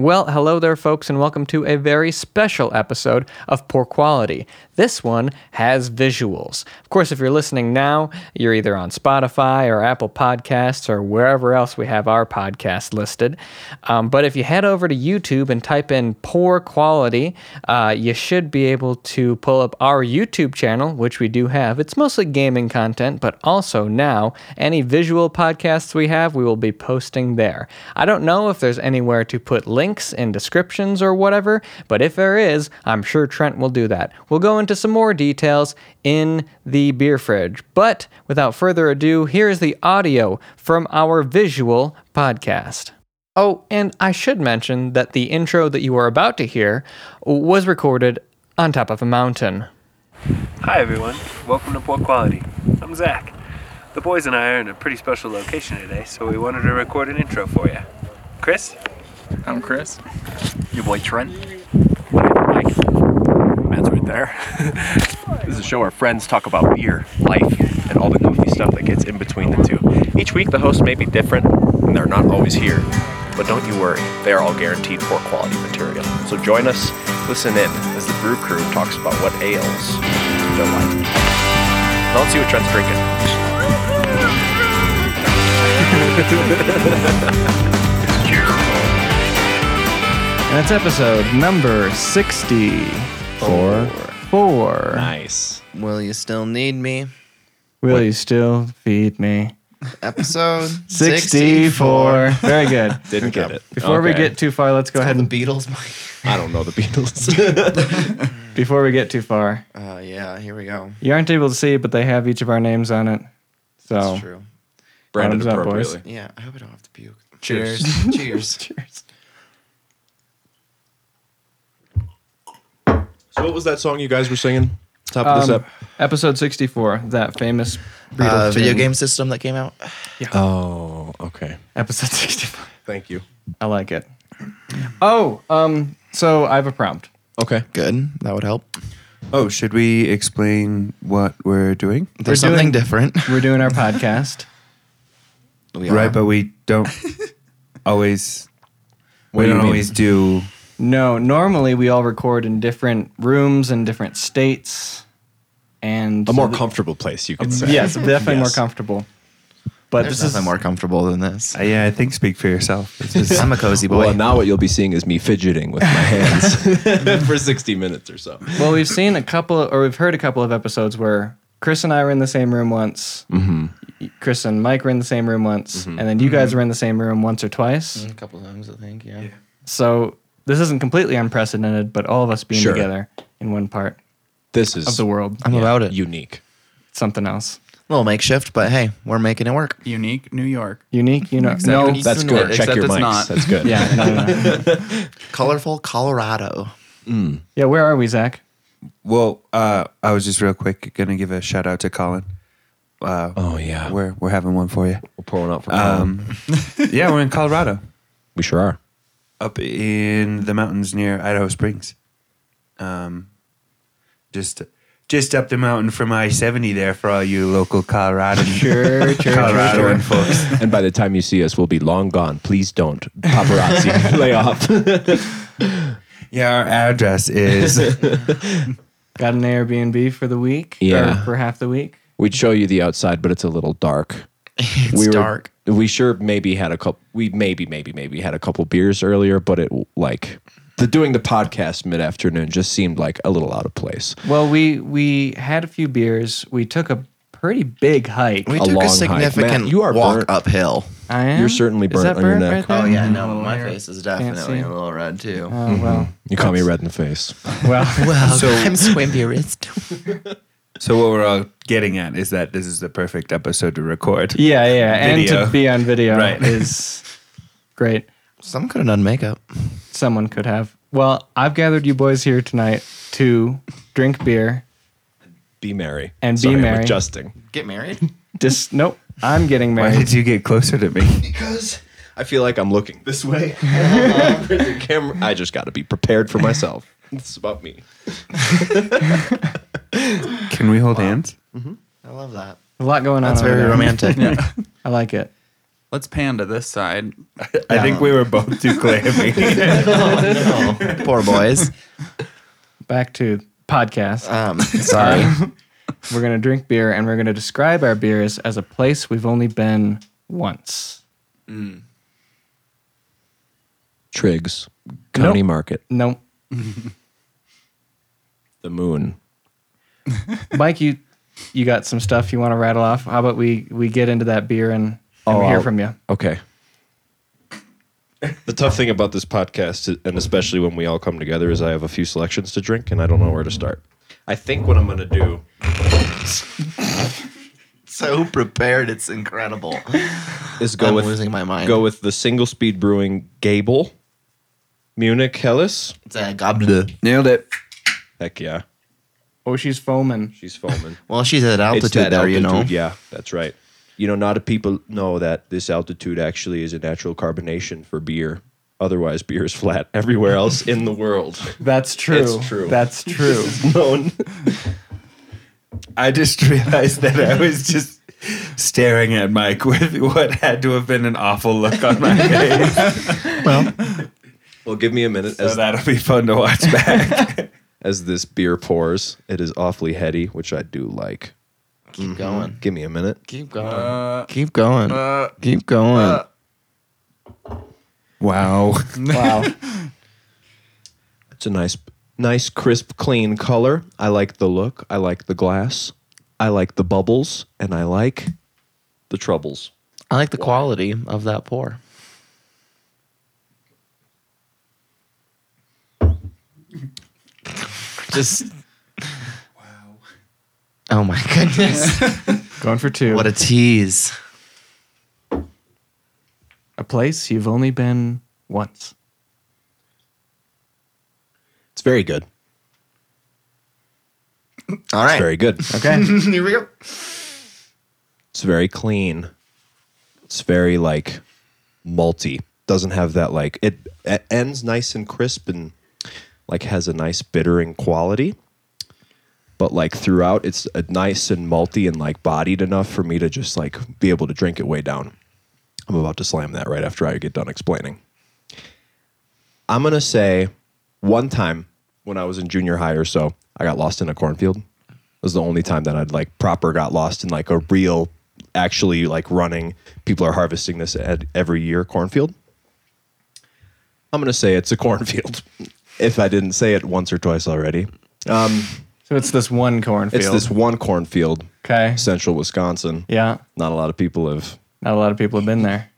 Well, hello there, folks, and welcome to a very special episode of Poor Quality. This one has visuals. Of course, if you're listening now, you're either on Spotify or Apple Podcasts or wherever else we have our podcast listed. Um, but if you head over to YouTube and type in Poor Quality, uh, you should be able to pull up our YouTube channel, which we do have. It's mostly gaming content, but also now any visual podcasts we have, we will be posting there. I don't know if there's anywhere to put links links in descriptions or whatever, but if there is, I'm sure Trent will do that. We'll go into some more details in the beer fridge. But without further ado, here is the audio from our visual podcast. Oh, and I should mention that the intro that you are about to hear was recorded on top of a mountain. Hi everyone, welcome to Poor Quality. I'm Zach. The boys and I are in a pretty special location today, so we wanted to record an intro for you. Chris? I'm Chris. Your boy Trent. Mike? Matt's right there. this is a show where friends talk about beer, life, and all the goofy stuff that gets in between the two. Each week, the hosts may be different, and they're not always here. But don't you worry, they are all guaranteed poor quality material. So join us, listen in, as the brew crew talks about what ails their life. Now let's see what Trent's drinking. And that's episode number 64. Four. Nice. Will you still need me? Will you still feed me? Episode 64. 64. Very good. Didn't get it. Before we Okay. get too far, let's go ahead The and Beatles. Mike. I don't know the Beatles. before we get too far, Uh, yeah, here we go. You aren't able to see it, but they have each of our names on it. So That's true. Branded Bottoms up, boys. appropriately. Yeah, I hope I don't have to puke. Cheers. Cheers. So what was that song you guys were singing? Top of this Um, up. episode 64, that famous Beatles Uh, video tune. game system that came out. Oh, okay. Episode 64. Thank you. I like it. Oh, um, so I have a prompt. Okay. Good. That would help. Oh, should we explain what we're doing? There's We're doing- something different. We're doing our podcast. We Right, are. but we don't always. do We you don't mean? always do. No, normally we all record in different rooms in different states, and A more so th- comfortable place, you could say. yes, definitely more Yes. comfortable. But There's this nothing is more comfortable than this. Uh, yeah, I think speak for yourself. This is- I'm a cozy boy. Well, now what you'll be seeing is me fidgeting with my hands for 60 minutes or so. Well, we've seen a couple, or we've heard a couple of episodes where Chris and I were in the same room once. Mm-hmm. Chris and Mike were in the same room once, Mm-hmm. and then you guys were in the same room once or twice. a couple times, I think. Yeah. So this isn't completely unprecedented, but all of us being Sure. together in one part This is of the world, I'm about it. unique. something else A little makeshift, but hey, we're making it work. Unique New York. unique. You know, no, Exactly. That's Except good. it- Check except your it's mics. not. That's good. yeah, no, no, no. Colorful Colorado. yeah. Where are we, Zach? well, uh, I was just real quick gonna give a shout out to Colin. Uh, Oh, yeah. We're, we're we're having one for you. pulling out for um, Um, yeah, we're in Colorado, We sure are. up in the mountains near Idaho Springs. Um, just just up the mountain from I seventy there for all you local Colorado Sure, sure, Coloradoan folks. And by the time you see us, we'll be long gone. Please don't. Paparazzi, lay off. Yeah, our address is. Got an Airbnb for the week, or Yeah. for half the week. We'd show you the outside, but it's a little dark. It's were- dark. we sure maybe had a couple. We maybe maybe maybe had a couple beers earlier, but it like the doing the podcast mid afternoon just seemed like a little out of place. Well, we we had a few beers. We took a pretty big hike. We a took long a hike. significant Matt, you are walk burnt. uphill. I am. You're certainly Is burnt that on your burnt neck. right there? Oh yeah, no, my Here. face is definitely see. a little red too. Oh well. You caught me red in the face. Well, Oh, Well, I'm swimmerist. so what we're all getting at is that this is the perfect episode to record. yeah, yeah, and Video. to be on video Right. is great. Some could have done makeup. Someone could have. Well, I've gathered you boys here tonight to drink beer. Be merry And be Sorry, I'm merry. adjusting. Get married? Just nope. I'm getting Why married. did you get closer to me? Because I feel like I'm looking this way. the camera. I just got to be prepared for myself. It's about me. Can we hold hands? I love that. A lot going on. That's Oh, over very there. romantic. I like it. Let's pan to this side. I think we were both too clammy. Poor boys. Back to podcast. Um, sorry. we're gonna drink beer and we're gonna describe our beers as a place we've only been once. Triggs, County Nope. Market, No, the Moon. Mike, you you got some stuff you want to rattle off? How about we we get into that beer and, and we hear I'll- from you? Okay. The tough thing about this podcast, and especially when we all come together, is I have a few selections to drink and I don't know where to start. I think what I'm going to do. so prepared, it's incredible. is go I'm with losing my mind. Go with the single speed brewing Gable, Munich Helles. It's a gobble. Nailed it. Heck yeah, Oh, she's foaming. she's foaming. Well, she's at altitude It's there, that you know. altitude, Yeah, that's right. You know, not a people know that this altitude actually is a natural carbonation for beer. Otherwise, beer is flat everywhere else in the world. That's true. It's true. That's true. Known. I just realized that I was just staring at Mike with what had to have been an awful look on my face. Well, give me a minute so as that'll be fun to watch back. as this beer pours. It is awfully heady, which I do like. Keep going. Give me a minute. Keep going. Uh, Keep going. Keep going. uh, Wow. Wow. It's a nice, nice, crisp, clean color. I like the look. I like the glass. I like the bubbles, and I like the troubles. I like the quality of that pour. Just. Wow. Oh my goodness. Going for two. what a tease. a place you've only been once. It's very good. All It's right. very good. Okay. Here we go. It's very clean. It's very like malty. Doesn't have that like it, it ends nice and crisp and like has a nice bittering quality. But like throughout, it's a nice and malty and like bodied enough for me to just like be able to drink it way down. I'm about to slam that right after I get done explaining. I'm gonna say one time when I was in junior high or so, I got lost in a cornfield was the only time that I'd like proper got lost in like a real, actually like running. People are harvesting this at every year cornfield. I'm gonna say it's a cornfield. If I didn't say it once or twice already, So it's this one cornfield. it's this one cornfield, Okay. central Wisconsin. Yeah. Not a lot of people have. Not a lot of people have been there.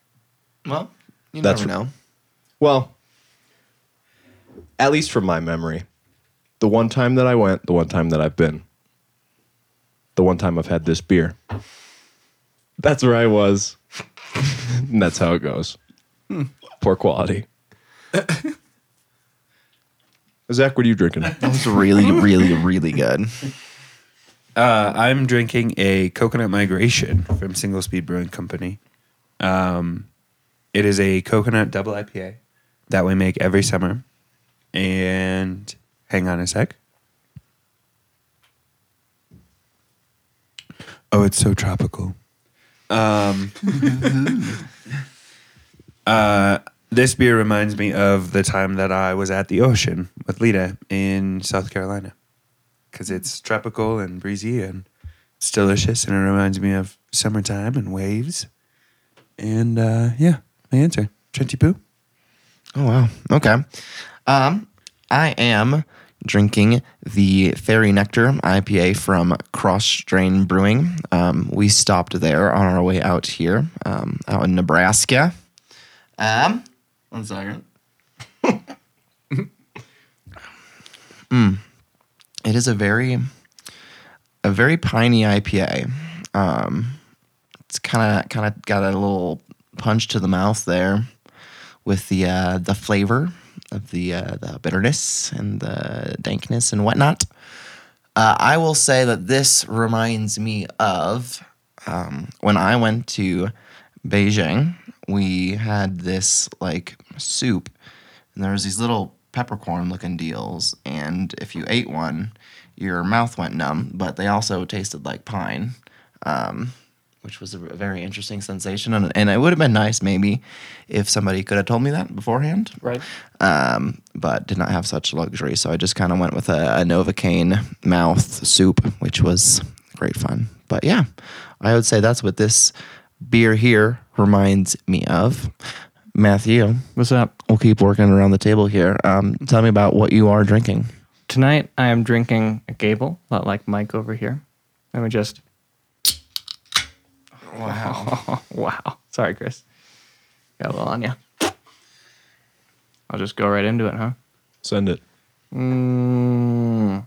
Well, you That's- never know. Well, at least from my memory, the one time that I went, the one time that I've been, the one time I've had this beer. That's where I was. and that's how it goes. Poor quality. Zach, what are you drinking? That was really, really, really good. Uh, I'm drinking a coconut migration from Single Speed Brewing Company. Um, it is a coconut double IPA that we make every summer. And hang on a sec. Oh, it's so tropical. Um, uh, this beer reminds me of the time that I was at the ocean with Lita in South Carolina because it's tropical and breezy and it's delicious and it reminds me of summertime and waves. And uh, yeah, my answer. Trenty Poo. Oh wow. Okay. Um, I am drinking the Fairy Nectar IPA from Cross Strain Brewing. Um, we stopped there on our way out here, um, out in Nebraska. Um, one second. mm, it is a very, a very piney IPA. Um, it's kind of kind of got a little punch to the mouth there with the uh, the flavor of the uh, the bitterness and the dankness and whatnot. Uh, I will say that this reminds me of um, when I went to Beijing. We had this like soup, and there was these little peppercorn looking deals, and if you ate one, your mouth went numb. But they also tasted like pine. Um, which was a very interesting sensation. And, and it would have been nice maybe if somebody could have told me that beforehand. Right. Um, but did not have such luxury. So I just kind of went with a, a Novocaine mouth soup, which was great fun. But yeah, I would say that's what this beer here reminds me of. Matthew, What's up? we'll keep working around the table here. Um, tell me about what you are drinking. Tonight I am drinking a Gable, a lot like Mike over here. Let me just. Wow. wow. Sorry, Chris. Got a little on you. I'll just go right into it, huh? Send it. Mm.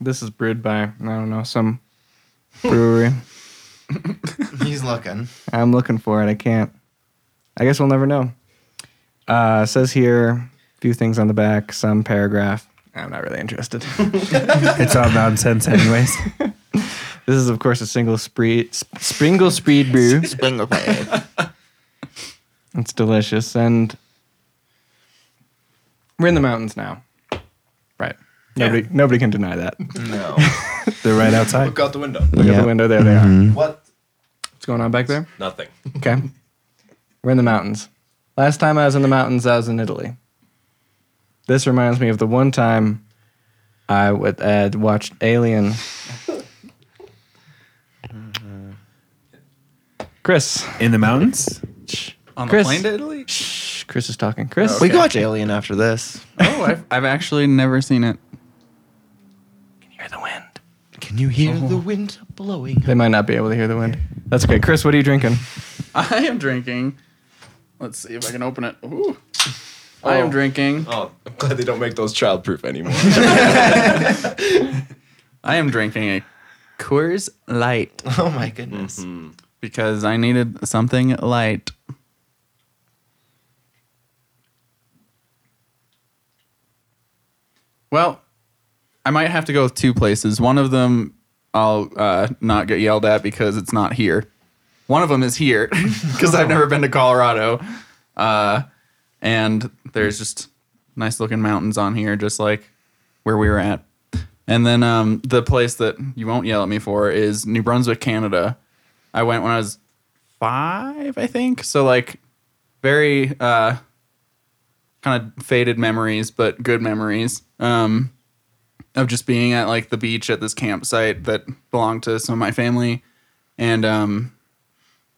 This is brewed by, I don't know, some brewery. He's looking. I'm looking for it. I can't. I guess we'll never know. Uh, it says here a few things on the back, some paragraph. I'm not really interested. it's all nonsense, anyways. This is, of course, a single spree, sp- Springle Spreed brew. It's delicious, and we're in the mountains now, right? Nobody, nobody can deny that. No. They're right outside. Look out the window. Look out the window. There they are. What? What's going on back there? Nothing. Okay, we're in the mountains. Last time I was in the mountains, I was in Italy. This reminds me of the one time I would, uh, watched Alien. Chris, In the mountains? On Chris. the plane to Italy? Shh, Chris is talking. Chris, We can watch Alien after this. Oh, I've, I've actually never seen it. hear the wind. Can you hear the wind blowing? They might not be able to hear the wind. That's okay. Chris, what are you drinking? I am drinking. Let's see if I can open it. Ooh. I am drinking. Oh, I'm glad they don't make those childproof anymore. I am drinking a Coors Light Oh my goodness. because I needed something light. Well, I might have to go with two places. One of them I'll uh, not get yelled at because it's not here. One of them is here because I've never been to Colorado. Uh, and there's just nice looking mountains on here, just like where we were at. And then um, the place that you won't yell at me for is New Brunswick, Canada. I went when I was five, I think. So like very uh, kind of faded memories, but good memories um, of just being at like the beach at this campsite that belonged to some of my family, and um,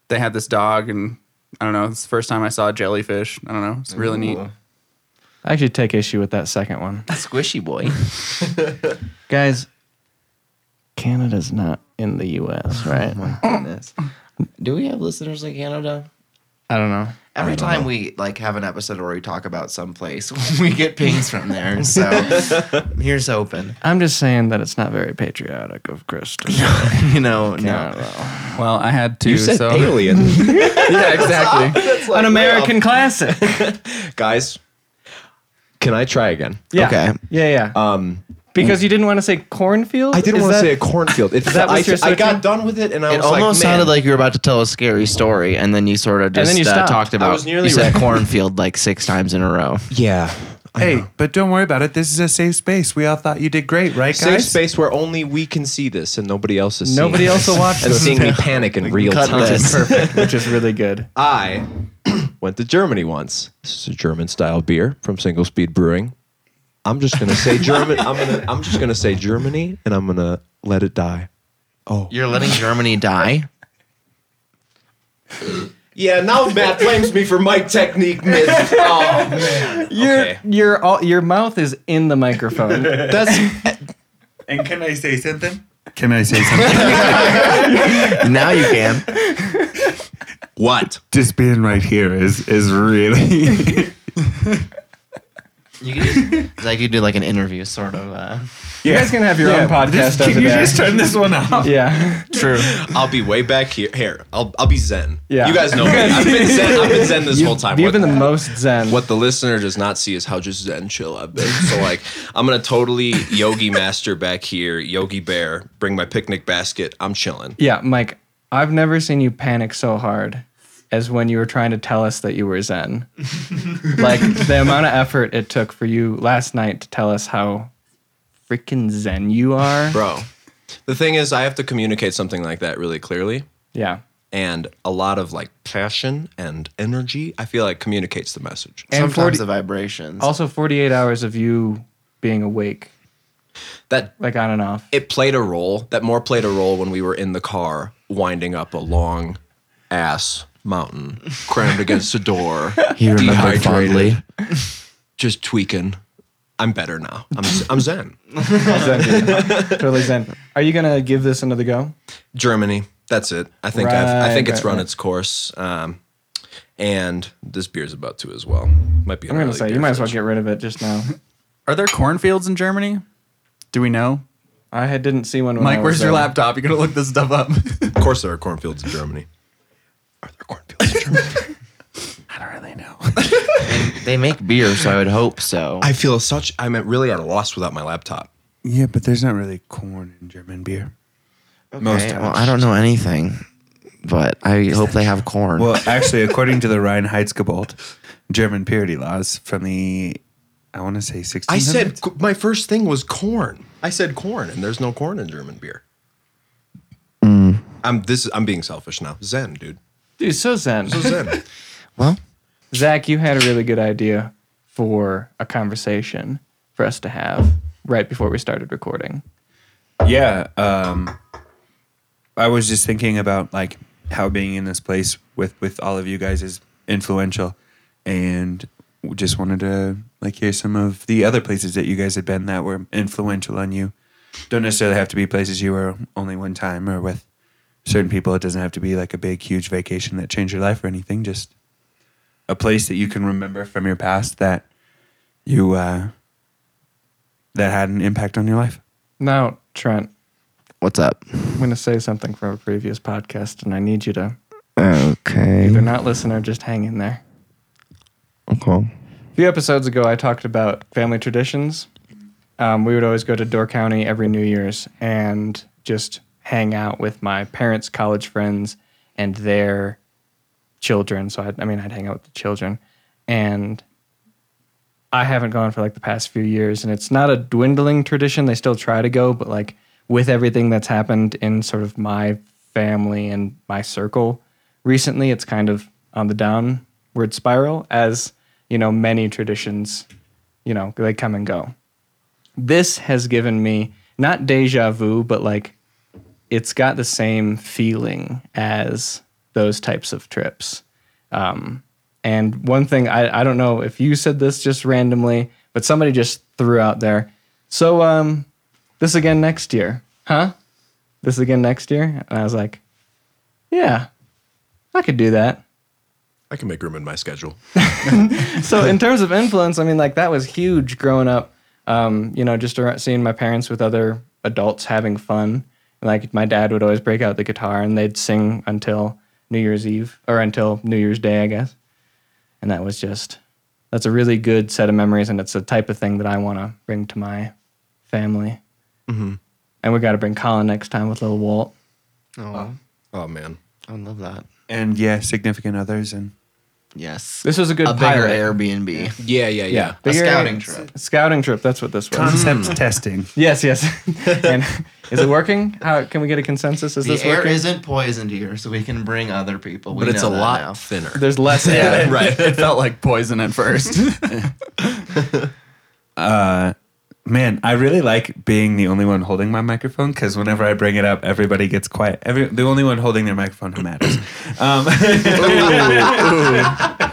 they had this dog, and I don't know. It's the first time I saw a jellyfish. I don't know. It's really neat. I actually take issue with that second one. Squishy boy. Guys, Canada's not in the US, right? goodness. Do we have listeners in Canada? I don't know. Every time we like have an episode where we talk about some place, we get pings from there. So here's open. I'm just saying that it's not very patriotic of Chris. to- you know, no. Well, I had two. You said so alien. yeah, exactly. An American classic. Guys, can I try again? Yeah. Okay. Yeah, yeah. Um, because you didn't want to say cornfield? I didn't Is want to that- say a cornfield. It, that I, what you're I got searching? done with it, and I It was almost like, sounded man, like you were about to tell a scary story, and then you sort of just then you uh, stopped. talked about. was nearly you said right. cornfield like six times in a row. yeah. I Hey, know. but don't worry about it. This is a safe space. We all thought you did great, right, guys? safe space where only we can see this, and nobody else is. Nobody seeing else will this. watch and this. seeing me panic in real Cut time. this. which is really good. I went to Germany once. This is a German style beer from Single Speed Brewing. I'm just gonna say German. I'm gonna. I'm just gonna say Germany, and I'm gonna let it die. You're letting Germany die. yeah, now Matt blames me for mic technique. Myth. Oh, man. Your Okay. your all, your mouth is in the microphone. That's And can I say something? Can I say something? now you can. What? Just being right here is is really You could, it's like you do like an interview, sort of. Uh, You guys can have your own podcast Can over you there. just turn this one off? yeah. True. I'll be way back here. Here, I'll, I'll be zen. Yeah. You guys know me. I've been zen, I've been zen this whole time. You've What- been the most zen. what the listener does not see is how just zen chill I've been. So like I'm gonna totally yogi master back here, yogi bear, bring my picnic basket. I'm chilling. Yeah, Mike, I've never seen you panic so hard as when you were trying to tell us that you were Zen. like the amount of effort it took for you last night to tell us how freaking Zen you are. Bro, The thing is, I have to communicate something like that really clearly, Yeah. and a lot of like passion and energy. I feel like communicates the message. And Sometimes 40 the vibrations. Also, 48 hours of you being awake, That like on and off. it played a role. That more played a role when we were in the car winding up a long ass mountain, crammed against a door, he remembered dehydrated, fondly. just tweaking. I'm better now. I'm I'm zen. Zen, dude. totally zen. Are you gonna give this another go? Germany. That's it. I think I've, I Right, think it's right, run right. its course. Um, and this beer's about to as well. Might be. I'm gonna say you might as well get rid of it just now. Are there cornfields in Germany? Do we know? I had, didn't see one. When I Mike, was uh, where's your there. laptop? You're gonna look this stuff up. Of course, there are cornfields in Germany. Are there cornfields in Germany? I don't really know. They make beer, so I would hope so. I feel such. I'm at- really at a loss without my laptop. Yeah, but there's not really corn in German beer. Okay, well, I don't know anything, but I hope they have corn. Well, actually, according to the Reinheitsgebot, German purity laws from the, I want to say 1600s. I said c- my first thing was corn. I said corn, and there's no corn in German beer. Mm. I'm this. I'm being selfish now. Zen, dude. Dude, so zen. So zen. Well, Zach, you had a really good idea for a conversation for us to have right before we started recording. Yeah. Um, I was just thinking about like how being in this place with with all of you guys is influential, and just wanted to like hear some of the other places that you guys had been that were influential on you. Don't necessarily have to be places you were only one time or with certain people. It doesn't have to be like a big huge vacation that changed your life or anything. Just a place that you can remember from your past that you uh, that had an impact on your life. Now, Trent, what's up? I'm gonna say something from a previous podcast, and I need you to Okay. either not listen or just hang in there. Okay. A few episodes ago, I talked about family traditions. Um, we would always go to Door County every New Year's and just hang out with my parents' college friends and their children. So, I'd, I mean, I'd hang out with the children. And I haven't gone for like the past few years. And it's not a dwindling tradition. They still try to go, but like with everything that's happened in sort of my family and my circle recently, it's kind of on the downward spiral as, you know, many traditions, you know, they come and go. This has given me not deja vu, but like it's got the same feeling as those types of trips. Um, and one thing I, I don't know if you said this just randomly, but somebody just threw out there. So um, this again next year, huh? This again next year, and I was like, yeah, I could do that. I can make room in my schedule. so in terms of influence, I mean, like that was huge growing up. Um, you know, just around, seeing my parents with other adults having fun. And, like my dad would always break out the guitar and they'd sing until New Year's Eve or until New Year's Day, I guess. And that was just that's a really good set of memories, and it's the type of thing that I want to bring to my family. Mm-hmm. And we got to bring Colin next time with little Walt. Oh, Oh man. I love that. and yeah, significant others and Yes. This was a good a bigger pirate. Airbnb. Yeah, yeah, yeah. A Bigger- scouting trip. Scouting trip. That's what this was. concept testing. Yes, yes. and is it working? How can we get a consensus? Is The this air working? isn't poisoned here, so we can bring other people. We But it's a know that lot now. thinner. There's less air. right. It felt like poison at first. Man, I really like being the only one holding my microphone because whenever I bring it up, everybody gets quiet. Every the only one holding their microphone who matters. Um,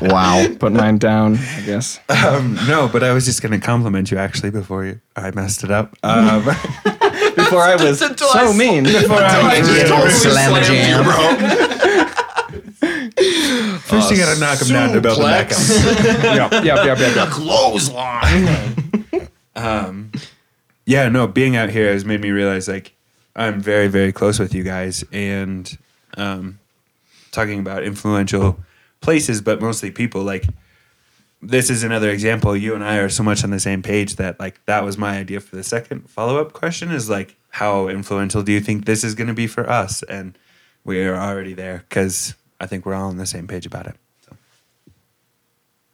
Wow. Put mine down, I guess. um, no, but I was just gonna compliment you actually before you, I messed it up. Um, Before I was so mean. Slam jam. first, you gotta knock them down to build them back up. Yep, yep, yep, yep. yeah, no, being out here has made me realize like I'm very, very close with you guys and um, talking about influential places, but mostly people. Like, this is another example. You and I are so much on the same page that, like, that was my idea for the second follow up question is like, how influential do you think this is going to be for us? And we're already there because I think we're all on the same page about it. So.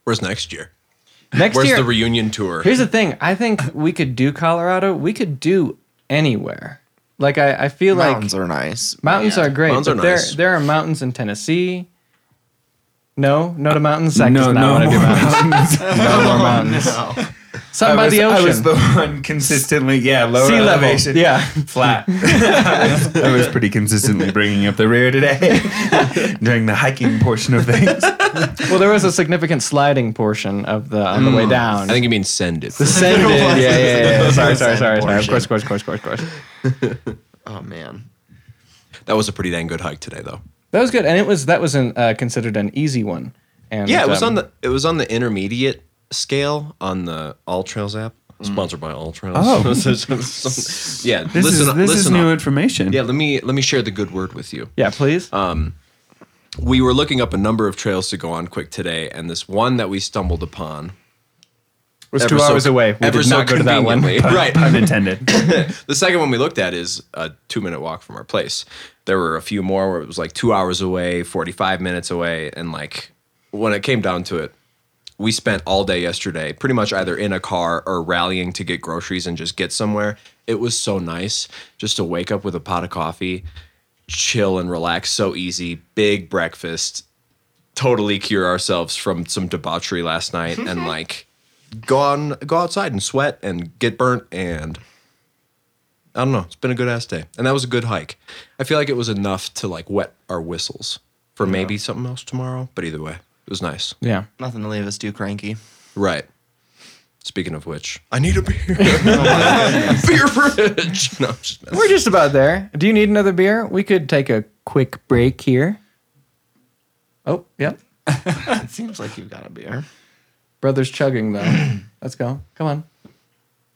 Where's next year? Next Where's year. the reunion tour? here's the thing. I think we could do Colorado. We could do anywhere. Like I, I feel Mountains like are nice. mountains Yeah. are great. Mountains but are there nice. there are mountains in Tennessee. No, no to mountains. Zach does no, not no want to do more mountains. mountains. Oh, No more mountains. Something I by was, the I ocean. was the one consistently, yeah, low sea level. elevation. Yeah. flat. I was pretty consistently bringing up the rear today during the hiking portion of things. Well, there was a significant sliding portion of the on the way down. I think you mean send it. the send in. Yeah, yeah, yeah. yeah. Sorry, sorry, sorry, sorry. Of portion. course, of course, of course, of course, of course. Oh man. That was a pretty dang good hike today, though. That was good, and it was that was an, uh, considered an easy one. And Yeah, it was um, on the it was on the intermediate scale on the All Trails app, Mm. sponsored by All Trails. Oh. yeah. listen, This is this listen is new up. information. Yeah, let me let me share the good word with you. Yeah, please. We were looking up a number of trails to go on quick today, and this one that we stumbled upon was ever two so- hours away. We ever did so not go to that one. conveniently. right. Pun intended. The second one we looked at is a two minute walk from our place. There were a few more where it was like two hours away, 45 minutes away. And like when it came down to it, we spent all day yesterday pretty much either in a car or rallying to get groceries and just get somewhere. It was so nice just to wake up with a pot of coffee, chill and relax so easy, big breakfast, totally cure ourselves from some debauchery last night and like go on go outside and sweat and get burnt and I don't know. It's been a good ass day, and that was a good hike. I feel like it was enough to like wet our whistles for maybe something else tomorrow. But either way, it was nice. Yeah. Nothing to leave us too cranky. Right. Speaking of which, I need a beer. beer fridge. No, I'm just messing. We're just about there. Do you need another beer? We could take a quick break here. Oh, yep. It seems like you've got a beer. Brother's chugging though. Let's go. Come on.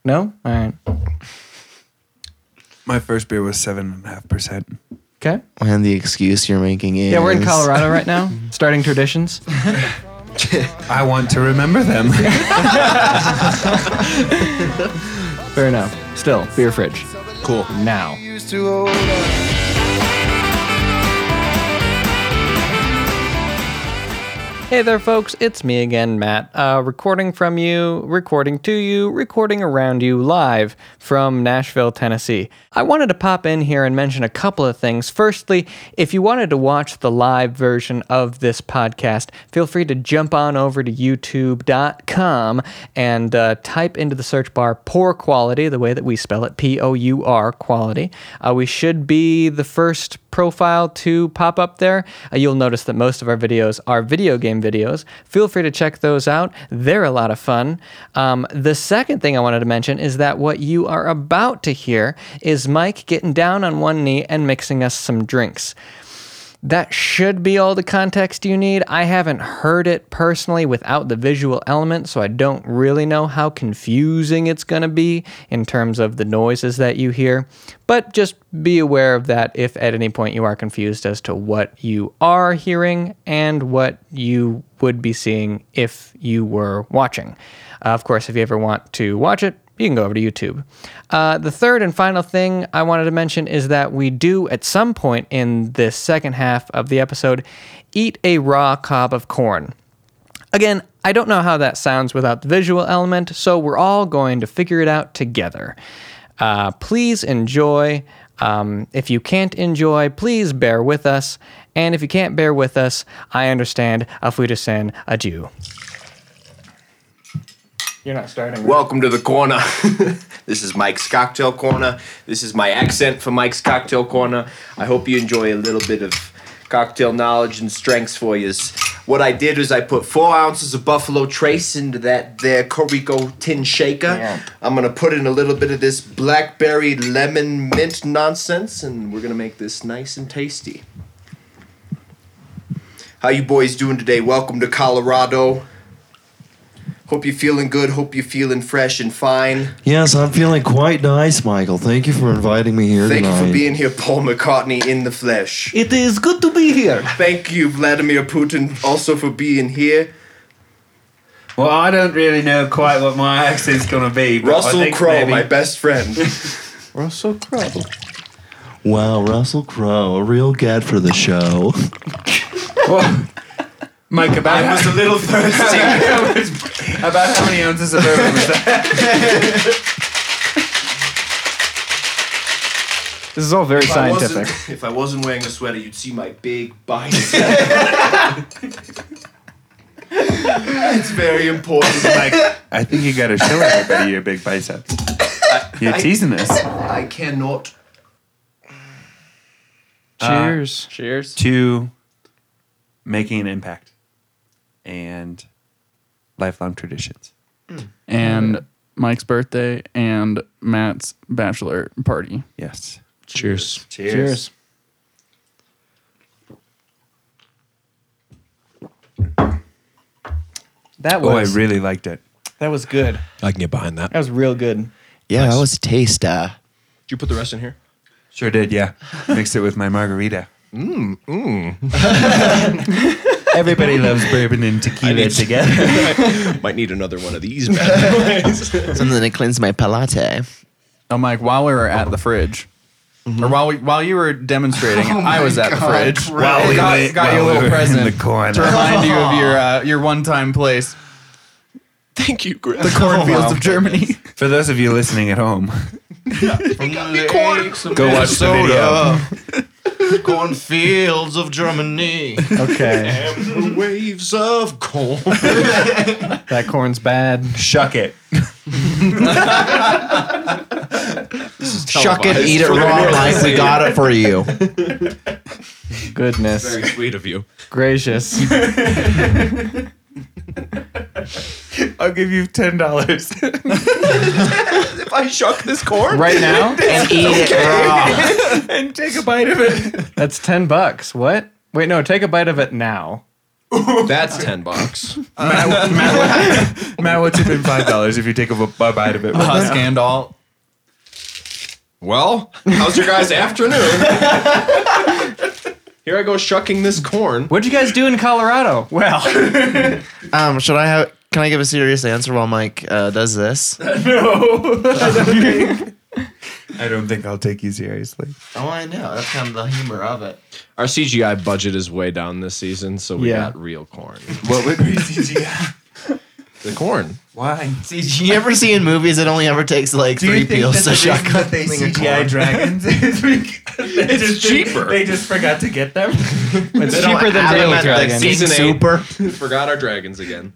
No? All right. My first beer was seven and a half percent. Okay. And the excuse you're making is Yeah, we're in Colorado right now, starting traditions. I want to remember them. Fair enough. Still, beer fridge. Cool. Now. Hey there, folks. It's me again, Matt. Uh, recording from you, recording to you, recording around you live from Nashville, Tennessee. I wanted to pop in here and mention a couple of things. Firstly, if you wanted to watch the live version of this podcast, feel free to jump on over to youtube.com and uh, type into the search bar poor quality, the way that we spell it P O U R quality. Uh, we should be the first profile to pop up there. Uh, you'll notice that most of our videos are video game videos. Feel free to check those out. They're a lot of fun. Um, the second thing I wanted to mention is that what you are about to hear is Mike getting down on one knee and mixing us some drinks. That should be all the context you need. I haven't heard it personally without the visual element, so I don't really know how confusing it's going to be in terms of the noises that you hear. But just be aware of that if at any point you are confused as to what you are hearing and what you would be seeing if you were watching. Uh, of course, if you ever want to watch it, you can go over to YouTube. Uh, the third and final thing I wanted to mention is that we do, at some point in this second half of the episode, eat a raw cob of corn. Again, I don't know how that sounds without the visual element, so we're all going to figure it out together. Uh, please enjoy. Um, if you can't enjoy, please bear with us. And if you can't bear with us, I understand. Auf Wiedersehen. Adieu. You're not starting. right? Welcome to the corner. this is Mike's Cocktail Corner. This is my accent for Mike's Cocktail Corner. I hope you enjoy a little bit of cocktail knowledge and strengths for you. What I did was I put four ounces of Buffalo Trace into that there Corico tin shaker. I'm gonna put in a little bit of this blackberry lemon mint nonsense, and we're gonna make this nice and tasty. How you boys doing today? Welcome to Colorado. Hope you're feeling good. Hope you're feeling fresh and fine. Yes, I'm feeling quite nice, Michael. Thank you for inviting me here Thank tonight. you for being here, Paul McCartney in the flesh. it is good to be here. Thank you, Vladimir Putin, also for being here. Well, I don't really know quite what my accent's gonna be. but I Oh, Russell think Crowe, maybe- my best friend. Russell Crowe. Wow, Russell Crowe, a real get for the show. Well, Mike, about I was a little thirsty. about how many ounces of bourbon was that? This is all very If I wasn't- scientific. If I wasn't wearing a sweater, you'd see my big bicep. it's very important. Like I think you gotta show everybody your big biceps. You're teasing us. I cannot. Cheers. Cheers. to making an impact and lifelong traditions. And Mike's birthday and Matt's bachelor party. Yes. Cheers. Cheers. Cheers. That Oh, I was really liked it. that was good. I can get behind that. That was real good. Yeah, that was taste. Uh, Did you put the rest in here? Sure did, yeah. Mixed it with my margarita. everybody loves Bourbon and tequila together. Might need another one of these. bad something to cleanse my palate. Oh, Mike, while we were at the fridge, Mm-hmm. or while we, while you were demonstrating, Oh I was at the fridge. While we got, were- got you a while we little were in present the corner. to remind you of your uh, your one time place, Thank you, Chris. the Oh, cornfields of Germany. For those of you listening at home, Go watch the video. Cornfields of Germany. Okay, waves of corn. that corn's bad. Shuck it. Shuck it, eat it raw like we got it for you. Goodness Very sweet of you. gracious. I'll give you ten dollars. If I shuck this corn, Right now, And eat it raw. that's ten bucks. What? Wait, no. Take a bite of it now. that's ten bucks. Matt, what's it been five dollars if you take a b- a bite of it? Husk and all. Well, how's your guys' afternoon? Here I go shucking this corn. What'd you guys do in Colorado? Well, Um, should I have? Can I give a serious answer while Mike uh, does this? I don't think I'll take you seriously. Oh, I know. That's kind of the humor of it. Our CGI budget is way down this season, so we Yeah. got real corn. What would be CGI? The corn. Why? You ever see in movies it only ever takes like three peels to shuck up they something and corn? dragons? It's just- cheaper. they just forgot to get them. it's cheaper than Adam Daily at the Dragon. Geek Season eight. Super. Forgot our dragons again.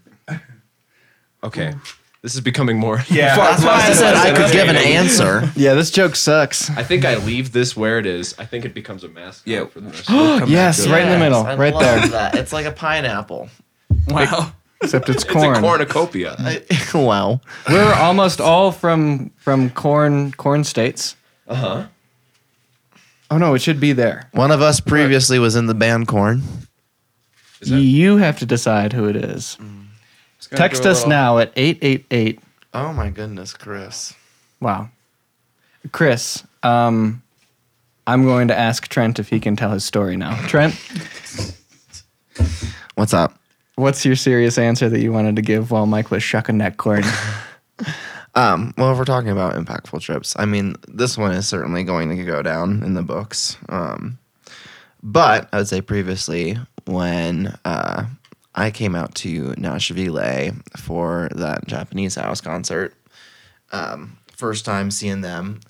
Okay. This is becoming more. Yeah. That's why I said I could give an answer. Yeah, this joke sucks. I think I leave this where it is. I think it becomes a mascot Yeah. for the rest of Yes, right in the Yes, middle, I right love there. that. It's like a pineapple. Wow. Except it's It's a corn. cornucopia. I- wow. We're almost all from from corn corn states. Uh-huh. Uh huh. Oh no, it should be there. One of us previously was in the band Corn. You have to decide who it is. Mm. Text us now at eight eight eight. Oh my goodness, Chris. Wow, Chris. Um, I'm going to ask Trent if he can tell his story now. Trent, What's up? what's your serious answer that you wanted to give while Mike was shucking that corn? Um, well, if we're talking about impactful trips, I mean, this one is certainly going to go down in the books. Um, but I would say previously, when uh, I came out to Nashville for that Japanese house concert, um, first time seeing them,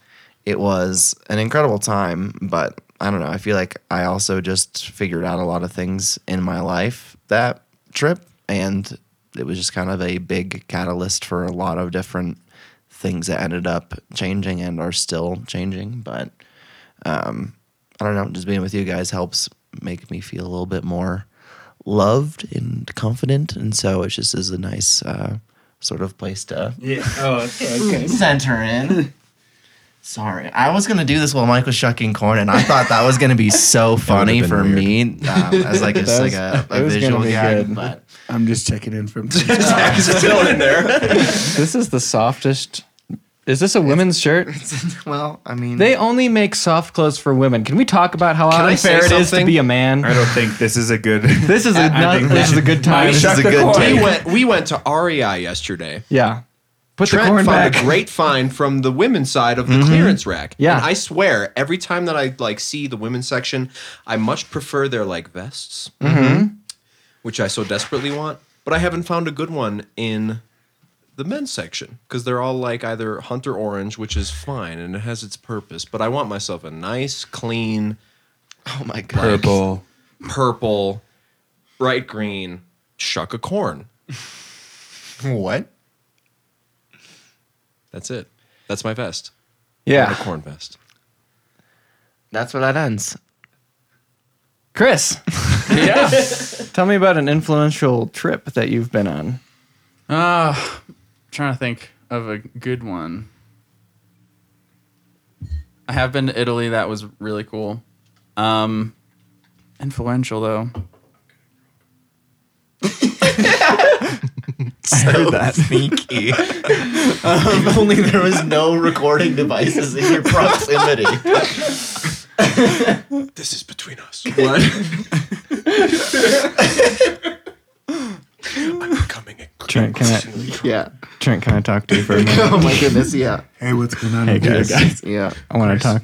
it was an incredible time. But I don't know. I feel like I also just figured out a lot of things in my life that trip, and it was just kind of a big catalyst for a lot of different things that ended up changing and are still changing. But um, I don't know, just being with you guys helps make me feel a little bit more loved and confident. And so it just is a nice uh, sort of place to center in. Sorry, I was gonna do this while Mike was shucking corn, and I thought that was gonna be so funny been for weird. me um, as like just like a, it a was visual gonna be gag. good. But I'm just checking in from. Zach is still in there. this is the softest. Is this a women's shirt? well, I mean, They only make soft clothes for women. Can we talk about how I unfair say it is to something? be a man? I don't think this is a good. This is a not, think this is a good time. this is a the good corn. We take. went. We went to REI yesterday. Yeah. Put Trent the corn found back. a great find from the women's side of the clearance rack. Yeah. and I swear every time that I like see the women's section, I much prefer their like vests, Mm-hmm. Mm-hmm. which I so desperately want. But I haven't found a good one in the men's section because they're all like either hunter orange, which is fine and it has its purpose. But I want myself a nice, clean Oh my god. Purple. purple, bright green shuck of corn. What? That's it. That's my vest. Yeah. a corn vest. That's what that ends. Chris. yeah. Tell me about an influential trip that you've been on. Uh, trying to think of a good one. I have been to Italy. That was really cool. Um, influential though. Sneaky. if only there was no recording devices in your proximity. This is between us. Trent, can I, yeah. Trent, can I talk to you for a minute? Oh my goodness. Yeah. Hey, what's going on? Hey guys, Yeah. I want to talk.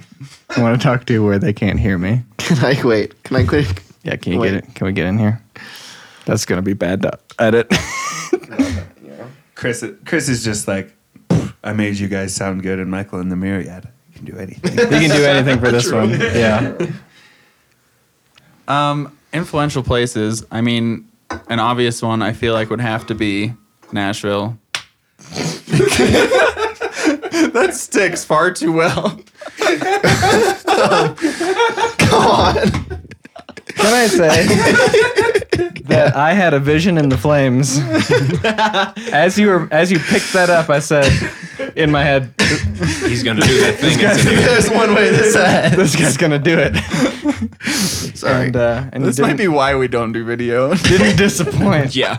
I want to talk to you where they can't hear me. Can I wait? Can I quit? Yeah, can you Wait. get it? Can we get in here? That's gonna be bad to edit. Chris, Chris is just like, I made you guys sound good, and Michael in the mirror, yeah, you can do anything. you can do anything for this one. Yeah. Um, influential places. I mean, an obvious one I feel like would have to be Nashville. that sticks far too well. Can I say that I had a vision in the flames? as you were, as you picked that up, I said in my head, He's gonna do that thing. It's in There's one way this ends. "This guy's gonna do it," Sorry. and uh, and This you might didn't, be why we don't do video. didn't disappoint. yeah.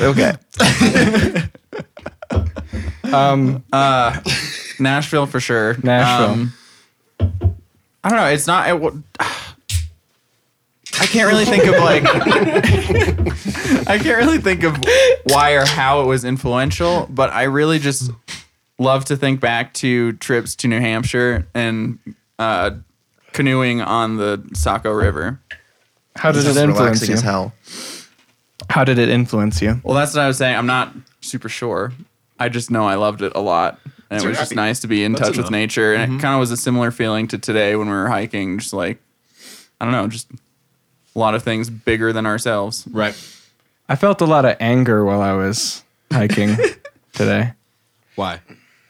Okay. um, Nashville for sure. Um, Nashville. I don't know. It's not. It, wa- I can't really think of like. I can't really think of why or how it was influential, but I really just love to think back to trips to New Hampshire and uh, canoeing on the Saco River. how did it influence relaxing you? as hell. How did it influence you? Well, that's what I was saying. I'm not super sure. I just know I loved it a lot. And it was just nice to be in touch with enough. Mm-hmm. nature. And it kind of was a similar feeling to today when we were hiking. Just like, I don't know, just a lot of things bigger than ourselves. Right. I felt a lot of anger while I was hiking today Why?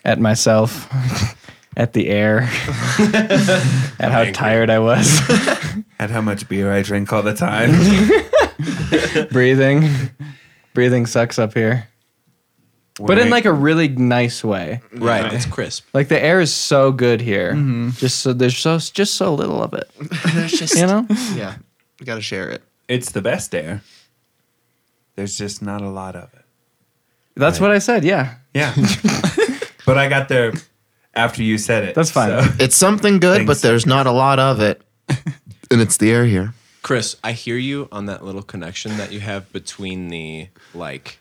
at myself, at the air, at how Angry. tired I was and how much beer I drink all the time. breathing. Breathing sucks up here, but in like a really nice way. Right. It's crisp. Like the air is so good here. Just so there's so just so little of it, Mm-hmm. There's just, you know? yeah. We gotta share it. it's the best air. There's just not a lot of it. That's what I said. Yeah. Yeah, but I got there after you said it. That's fine. so- It's something good, but Thanks. there's not a lot of it. and it's the air here. Chris, I hear you on that little connection that you have between the like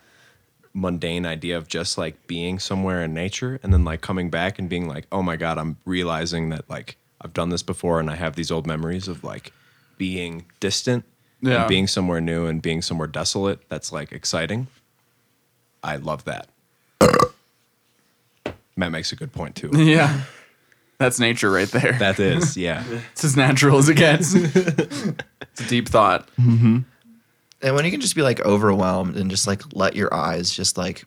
mundane idea of just like being somewhere in nature and then like coming back and being like, oh my God, I'm realizing that like I've done this before and I have these old memories of like being distant Yeah. and being somewhere new and being somewhere desolate. That's like exciting. I love that. Matt makes a good point too. Yeah. That's nature right there. That is, yeah. It's as natural as it gets. it's a deep thought. And when you can just be like overwhelmed and just like let your eyes just like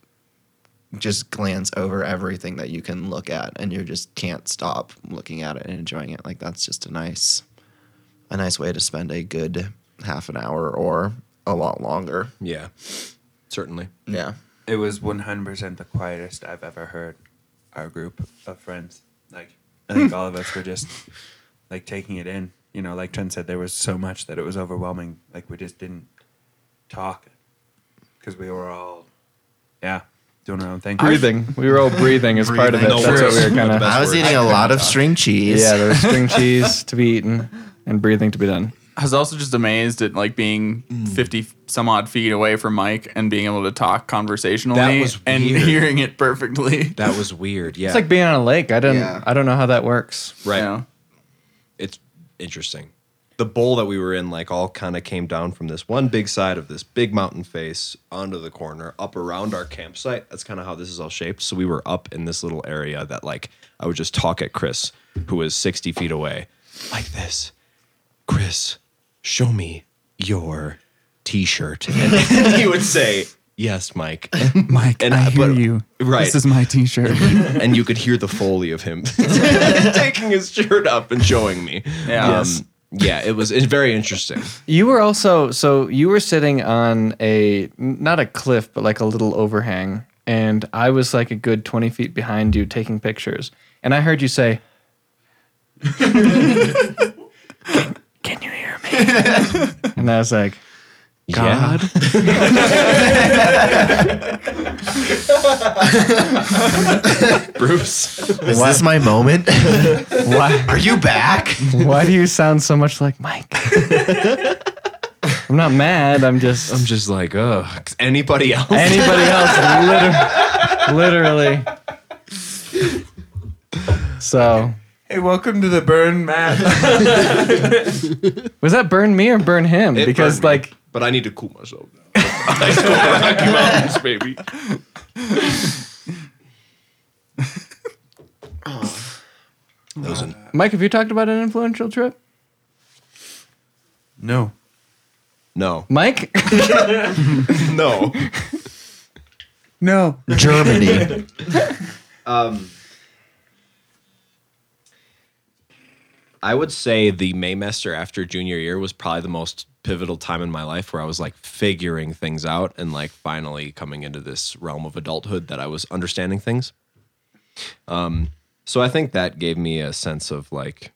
just glance over everything that you can look at and you just can't stop looking at it and enjoying it. Like that's just a nice a nice way to spend a good half an hour or a lot longer. Yeah. Certainly. Yeah. It was 100% the quietest I've ever heard our group of friends. Like, I think all of us were just like taking it in. You know, like Trent said, there was so much that it was overwhelming. Like, we just didn't talk because we were all, yeah, doing our own thing. Breathing. We were all breathing as part of it. Breathing. That's what we were True. kind of. That's I was where- eating a lot of string cheese. Yeah, there was string cheese to be eaten and breathing to be done. I was also just amazed at like being Mm. 50 some odd feet away from Mike and being able to talk conversationally was and weird. hearing it perfectly. That was weird. Yeah. It's like being on a lake. I don't Yeah. I don't know how that works. right. You know? it's interesting. the bowl that we were in like all kind of came down from this one big side of this big mountain face onto the corner up around our campsite that's kind of how this is all shaped so we were up in this little area that like i would just talk at chris who was 60 feet away like this chris show me your t-shirt and he would say yes mike Mike, And I I- hear but- you. right. This is my T-shirt. and you could hear the foley of him taking his shirt up and showing me. Um, Yeah. Yes. yeah, it was it's very interesting. You were also so you were sitting on a not a cliff but like a little overhang, and I was like a good twenty feet behind you taking pictures, and I heard you say, "Can you hear me?" and I was like, God. Bruce. Is this my moment? "Why? Are you back? Why do you sound so much like Mike?" I'm not mad. I'm just. I'm just like, uh, anybody else? Anybody else, literally, literally. So, Hey, welcome to the burn, Matt. was that burn me or burn him? It because burned me, like but I need to cool myself now. Let's go Rocky Mountains, baby. That was an Mike, have you talked about an influential trip? no. no, Mike, no. No. Germany. Um, I would say the Maymester after junior year was probably the most pivotal time in my life where I was like figuring things out and like finally coming into this realm of adulthood that I was understanding things. Um, so I think that gave me a sense of like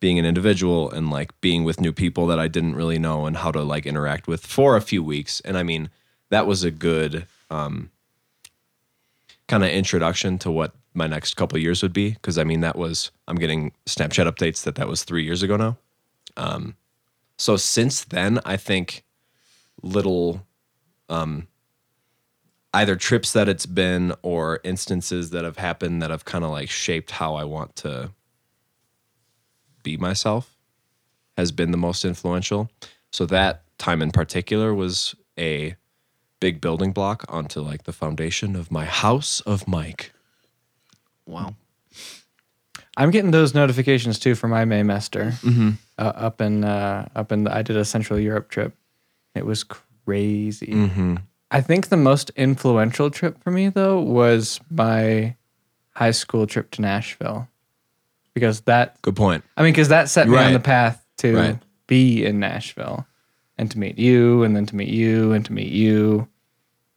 being an individual and like being with new people that I didn't really know and how to like interact with for a few weeks. And I mean, that was a good um, kind of introduction to what my next couple of years would be. Cause I mean, that was, I'm getting Snapchat updates that that was three years ago now. Um, so since then, I think little um, either trips that it's been or instances that have happened that have kind of like shaped how I want to be myself has been the most influential. So that time in particular was a big building block onto like the foundation of my house of Mike. wow. I'm getting those notifications too for my Maymester Mm-hmm. uh, up in uh, up in. The, I did a Central Europe trip. It was crazy. Mm-hmm. I think the most influential trip for me though was my high school trip to Nashville, because that Good point. I mean, because that set me on Right. the path to Right. be in Nashville and to meet you, and then to meet you, and to meet you.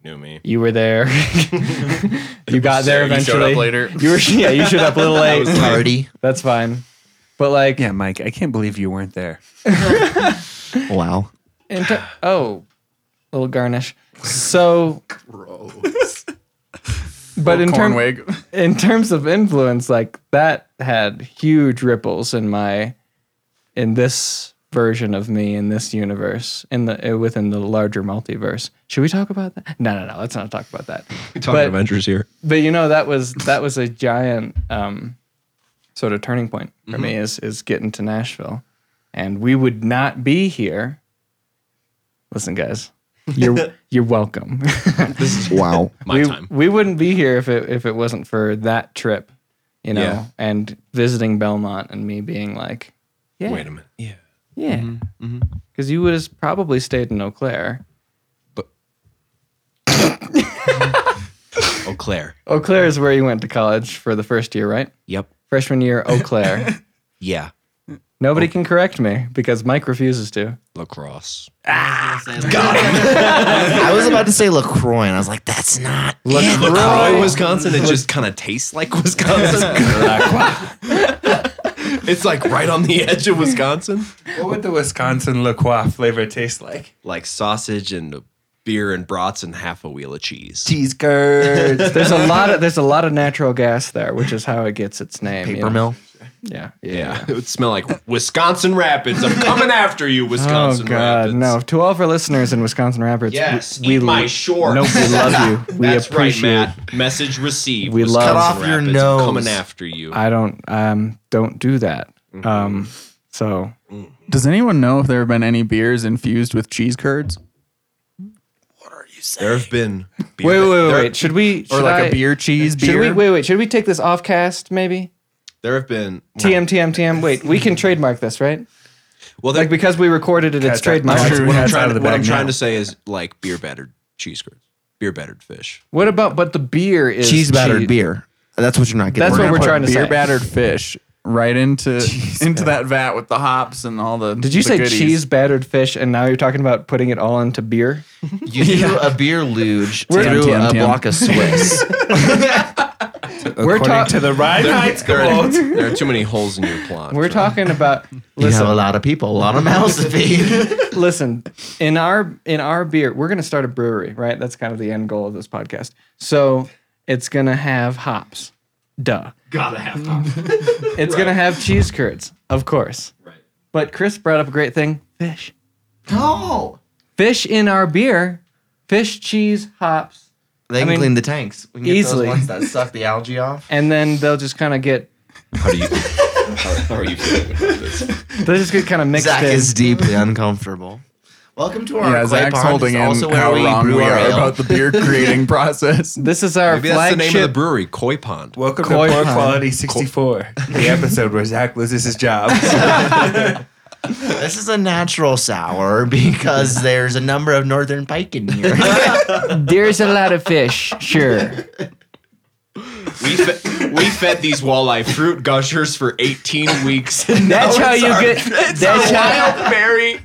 Knew me. You were there. you got there You showed eventually. up later. You were, yeah, you showed up a little late. Party. That's fine. But like, Yeah, Mike, I can't believe you weren't there. Wow. in ter- oh, little garnish. So But in terms Cornwig. in terms of influence, like that had huge ripples in my in this version of me in this universe in the uh, within the larger multiverse. Should we talk about that? No, no, no. Let's not talk about that. Talking But- Avengers here. But you know that was that was a giant um, sort of turning point for me Mm-hmm. is is getting to Nashville, and we would not be here. Listen, guys, you're you're welcome. Wow. My we, time. We wouldn't be here if it if it wasn't for that trip, you know, Yeah. and visiting Belmont and me being like, yeah, Wait a minute. Mm-hmm. Yeah. yeah, because you would have probably stayed in Eau Claire. Oh, Claire. Eau Claire is where you went to college for the first year, right? Yep. Freshman year, Eau Claire. Yeah. Nobody Oh. can correct me because Mike refuses to. Lacrosse. I was about to say LaCroix, and I was like, that's not. Lacroix, Wisconsin. It just kind of tastes like Wisconsin. it's like right on the edge of Wisconsin. What would the Wisconsin LaCroix flavor taste like? Like sausage and beer and brats and half a wheel of cheese. Cheese curds. There's a lot of there's a lot of natural gas there, which is how it gets its name. you Paper know? mill. Yeah. Yeah, it would smell like Wisconsin Rapids. I'm coming after you, Oh Wisconsin God, Rapids. no! To all of our listeners in Wisconsin Rapids, Yes, eat my shorts. No, we love you. We That's right, appreciate. Matt. Message received. We love- Wisconsin Cut off your Rapids. I'm nose. coming after you. Mm-hmm. I don't um don't do that. Um so Does anyone know if there have been any beers infused with cheese curds? There have been Wait, wait, wait, All wait. right, should we? or should like I- a beer cheese Should beer? we? Wait, wait. Should we take this off cast? Maybe. There have been TM TM TM. Wait, we can trademark this, right? Well, there, Like because we recorded it, it's Cat's out- trademarked. True. what I'm, Cat's out trying of to, the what I'm bag trying now. to say is like beer battered cheese curds, beer battered fish. What about? But the beer is cheese battered cheese- beer. That's what you're not getting. That's what We're we're trying to beer say. battered fish right into into that vat with the hops and all the. Did you the say goodies. cheese battered fish, and now you're talking about putting it all into beer? You do a beer luge We're- through Tim, a Tim, Tim. block of Swiss. We're, ta- According to the Rye Heights There are, quote. there are too many holes in your plot. we're talking about. you have Listen, a lot of people, a lot of mouths to feed. listen. In our in our beer, we're gonna start a brewery, right? That's kind of the end goal of this podcast. So it's gonna have hops. Duh. Gotta have them. It's gonna have cheese curds, of course. Right. But Chris brought up a great thing: fish. No, Fish in our beer. Fish, cheese, hops, they can mean, clean the tanks. We can easily. get those ones that suck the algae off. and then they'll just kind of get. How do you? How, how are you feeling about this? They'll just get kind of mixed Zach in. is deeply uncomfortable. Welcome to our Yeah, clay Zach's pond. holding It's in also where how we wrong brew we our are ale. about the beer creating process. this is our Maybe that's the flagship. name of the brewery, Koi Pond. Welcome Koi to Poor pond. Quality 64, the episode where Zach loses his job. This is a natural sour because there's a number of northern pike in here. There's a lot of fish, sure. We fed, we fed these walleye fruit gushers for 18 weeks. And That's now how it's you our- get. It's That's our how. wild berry.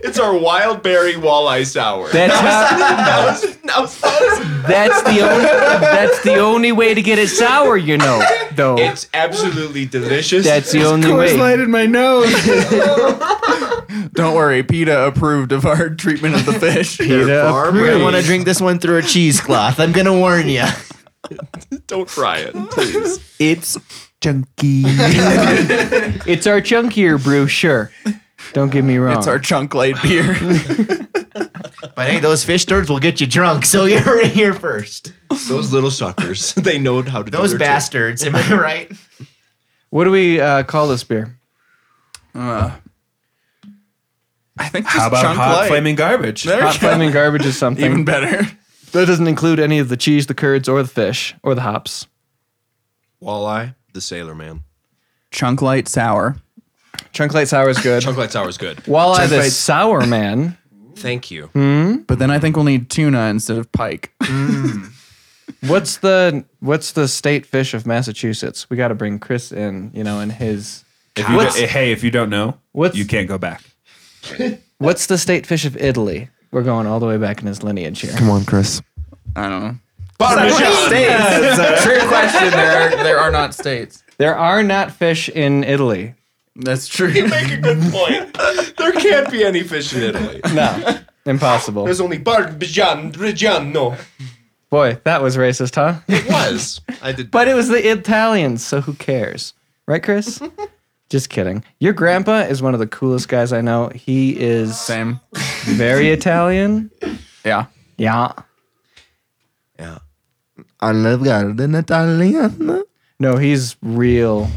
it's our wild berry walleye sour. That's how. That was- that was- that was- That's the only. That's the only way to get it sour, you know. Though it's absolutely delicious. that's the only way. in my nose. Don't worry, PETA approved of our treatment of the fish. Barb, We're gonna want to drink this one through a cheesecloth. I'm gonna warn you. Don't fry it, please. it's junky. It's our chunkier brew, sure. Don't get me wrong. It's our chunk light beer. But hey, those fish turds will get you drunk, so you're in here first. Those little suckers, they know how to Those do their job. bastards, am I right? what do we uh, call this beer? I think just How about chunk hot light. flaming garbage? There Hot you go. flaming garbage is something. Even better. that doesn't include any of the cheese, the curds, or the fish, or the hops. Walleye, the sailor man. Chunk light sour. Chunk light sour is good. Chocolate sour is good. Walleye the sour man. Thank you. Hmm. But then I think we'll need tuna instead of pike. What's the what's the state fish of Massachusetts? We got to bring Chris in, you know, and his. If you What's- don't- hey, if you don't know, what's- you can't go back. What's the state fish of Italy? We're going all the way back in his lineage here. Come on, Chris. I don't know. True question. There are, there are not states. There are not fish in Italy. That's true. Make a good point. There can't be any fish in Italy. No, impossible. There's only Barbigian, Brigiano. Boy, that was racist, huh? It was. I did. But it was the Italians, so who cares? Right, Chris? Just kidding. Your grandpa is one of the coolest guys I know. He is Same. very Italian. Yeah. Yeah. yeah. Olive Garden Italian. No, he's real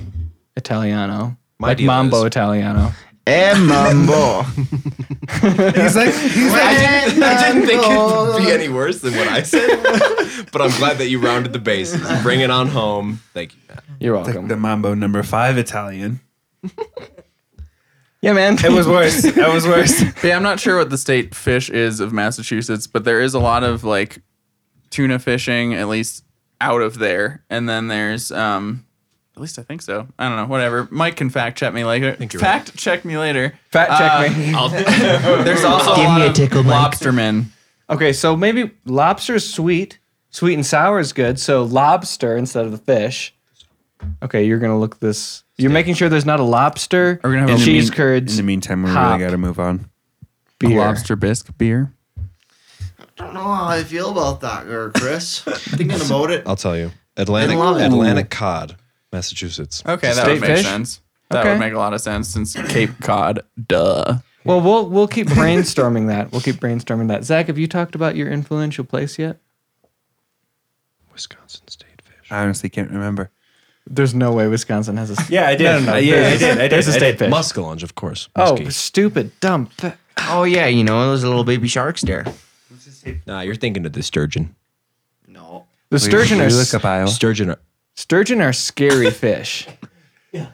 Italiano. My like deal Mambo is- Italiano. Eh, mambo. He's like, he's like, I didn't think it'd be any worse than what I said. but I'm glad that you rounded the bases. Bring it on home. Thank you. Matt. You're like welcome. the Mambo number five Italian. yeah, man. It was worse. It was worse. Yeah, I'm not sure what the state fish is of Massachusetts, but there is a lot of like tuna fishing, at least out of there. And then there's, um, at least I think so. I don't know. Whatever. Mike can fact check me later. you're Fact check me later. Fact check Uh, me. There's also Give a lot me a of tickle, Mike. lobstermen. Okay, so maybe lobster's sweet. Sweet and sour is good. So lobster instead of the fish. Okay, you're gonna look this. You're making sure there's not a lobster. Are we gonna have and a- cheese in the mean- curds. In the meantime, we Hop. really got to move on. beer. Lobster bisque beer. I don't know how I feel about that, girl, Chris. Thinking about it. I'll tell you. Atlantic love it. Atlantic cod, Massachusetts. Okay, that state would make fish? sense. That Okay. would make a lot of sense since Cape Cod, duh. Well, we'll we'll keep brainstorming that. We'll keep brainstorming that. Zach, have you talked about your influential place yet? Wisconsin state fish. I honestly can't remember. There's no way Wisconsin has a. Yeah, I did. No, no, no. Uh, yeah, I There's- did. I did. There's a I state did. fish. Muskellunge, of course. oh, Muskie. stupid, dumb. fi- Oh yeah, you know those little baby sharks there. Nah, you're thinking of the sturgeon. No. The sturgeon are s- Sturgeon. Are, sturgeon are scary fish. yeah.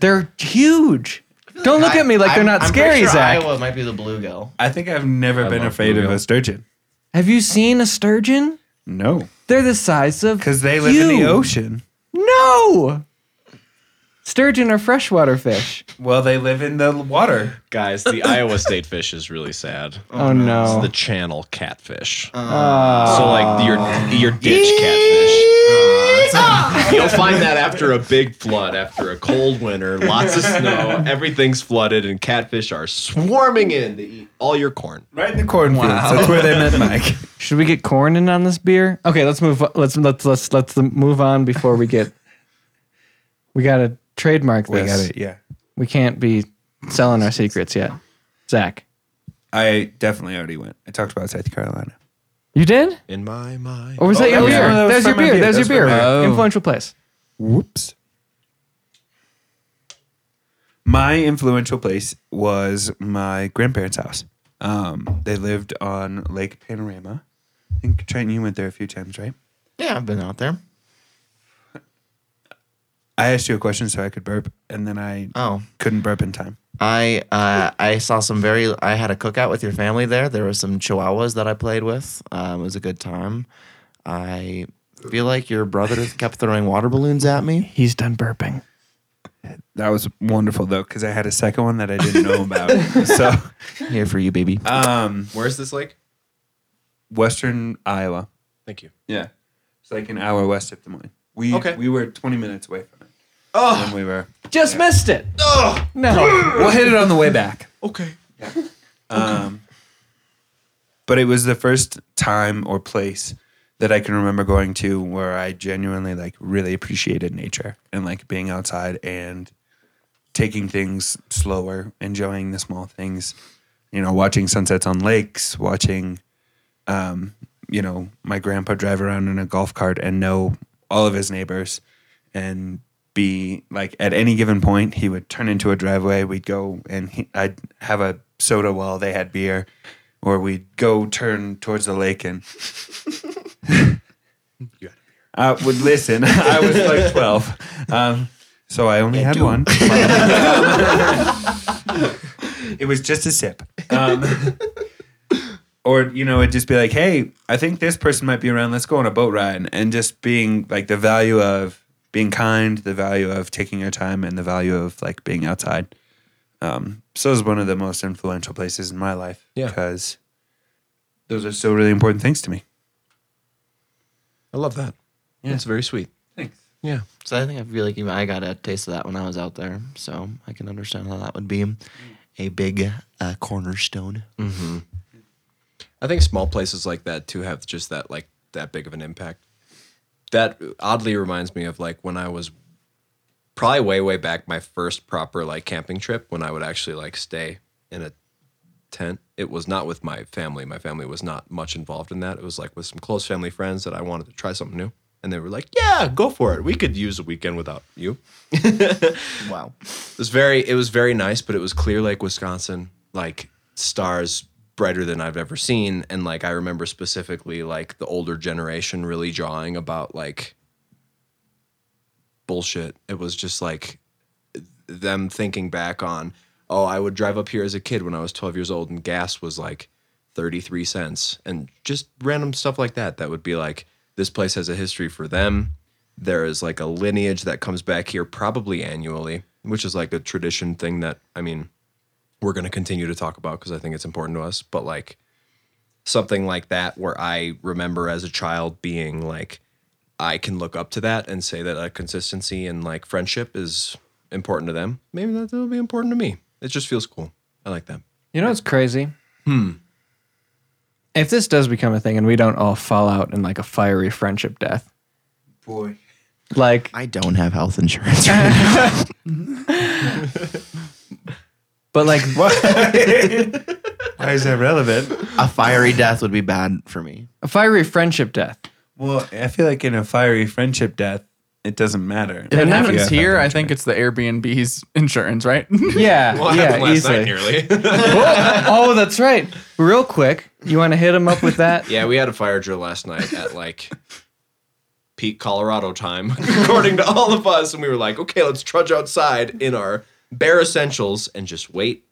They're huge. Don't look at me like they're not scary, Zach. Iowa might be the bluegill. I think I've never been love afraid of a sturgeon. Have you seen a sturgeon? No, They're the size of because they live in you. the ocean. No. Sturgeon are freshwater fish. Well, they live in the water. Guys, the Iowa state fish is really sad. Oh, no. It's the channel catfish. so like your your ditch catfish. You'll find that after a big flood, after a cold winter, lots of snow, everything's flooded, and catfish are swarming in to eat all your corn. Right in the cornfields. That's where they met Mike. Should we get corn in on this beer? Okay, let's move. Let's let's let's let's move on before we get. We gotta trademark this. We got it. Yeah. We can't be selling our secrets yet. Zach, I definitely already went. I talked about South Carolina. you did? in my mind. Or was that your that was- beer? no, that was There's your from my beer. beer. There's your That's beer. from my beer. Influential place. Whoops. My influential place was my grandparents' house. Um, they lived on Lake Panorama. I think Trenton, you went there a few times, right? Yeah, I've been out there. I asked you a question so I could burp, and then I Oh. couldn't burp in time. I uh, I saw some very. I had a cookout with your family there. There were some Chihuahuas that I played with. Um, it was a good time. I feel like your brother just kept throwing water balloons at me. He's done burping. That was wonderful though, because I had a second one that I didn't know about. so, Here for you, baby. um, Where's this lake? Western Iowa. Thank you. Yeah, it's like an hour west of Des Moines. We Okay. we were 20 minutes away from it. Oh, when we were. Just missed it. Oh no! We'll hit it on the way back. Okay. Um, but it was the first time or place that I can remember going to where I genuinely like really appreciated nature and like being outside and taking things slower, enjoying the small things, you know, watching sunsets on lakes, watching, um, you know, my grandpa drive around in a golf cart and know all of his neighbors and be like at any given point he would turn into a driveway we'd go and he, i'd have a soda while they had beer or we'd go turn towards the lake and i would listen i was like 12 um, so i only had one it was just a sip um, or you know it'd just be like hey i think this person might be around let's go on a boat ride and, and just being like the value of being kind the value of taking your time and the value of like being outside um, so it's one of the most influential places in my life Yeah. because those are still really important things to me I love that. Yeah. It's very sweet. So I think I feel like even I got a taste of that when I was out there, so I can understand how that would be a big uh, cornerstone. I think small places like that too have just that like that big of an impact. That oddly reminds me of like when I was probably way way back my first proper like camping trip when I would actually like stay in a tent. It was not with my family. My family was not much involved in that. It was like with some close family friends that I wanted to try something new. And they were like, "Yeah, go for it. We could use a weekend without you." Wow. It was very it was very nice, but it was Clear Lake, Wisconsin, like stars brighter than I've ever seen. And like I remember specifically like the older generation really jawing about like bullshit. It was just like them thinking back on, oh, I would drive up here as a kid when I was 12 years old and gas was like 33 cents and just random stuff like that. That would be like, this place has a history for them. There is like a lineage that comes back here probably annually, which is like a tradition thing that, I mean, we're going to continue to talk about because I think it's important to us. But like something like that, where I remember as a child being like, I can look up to that and say that uh, consistency and like friendship is important to them. Maybe that will be important to me. It just feels cool. I like that. You know what's crazy? Hmm. If this does become a thing and we don't all fall out in like a fiery friendship death, boy like I don't have health insurance. But like, why is that relevant a fiery death would be bad for me. a fiery friendship death. well i feel like in a fiery friendship death It doesn't matter. If it Yeah. happens Yeah. here, I think it's the Airbnb's insurance, right? Yeah, Well, it yeah, happened last night easily. nearly. oh, that's right. Real quick, you want to hit him up with that? yeah, we had a fire drill last night at like peak Colorado time, according to all of us. And we were like, okay, let's trudge outside in our bare essentials and just wait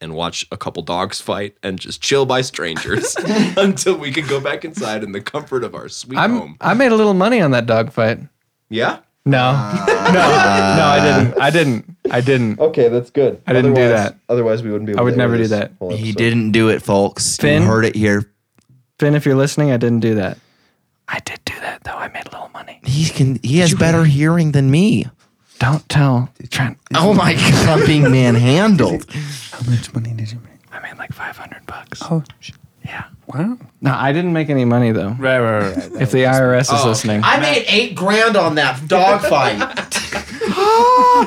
and watch a couple dogs fight and just chill by strangers until we can go back inside in the comfort of our sweet I'm. home. I made a little money on that dog fight. Yeah? No, no, no, I didn't. I didn't. I didn't. Okay, that's good. I didn't do Otherwise- that. Otherwise, we wouldn't be. Able I would to air never do this that. He didn't do it, folks. Finn? You heard it here. Finn, if you're listening, I didn't do that. I did do that though. I made a little money. He can. He has better hearing than me. Don't tell Trent. Oh my god! I'm being manhandled. How much money did you make? I made like 500 bucks. Oh, shit. Yeah. wow. No, I didn't make any money though. Right, right, right. If the IRS is Oh, okay. listening, I made eight grand on that dog fight.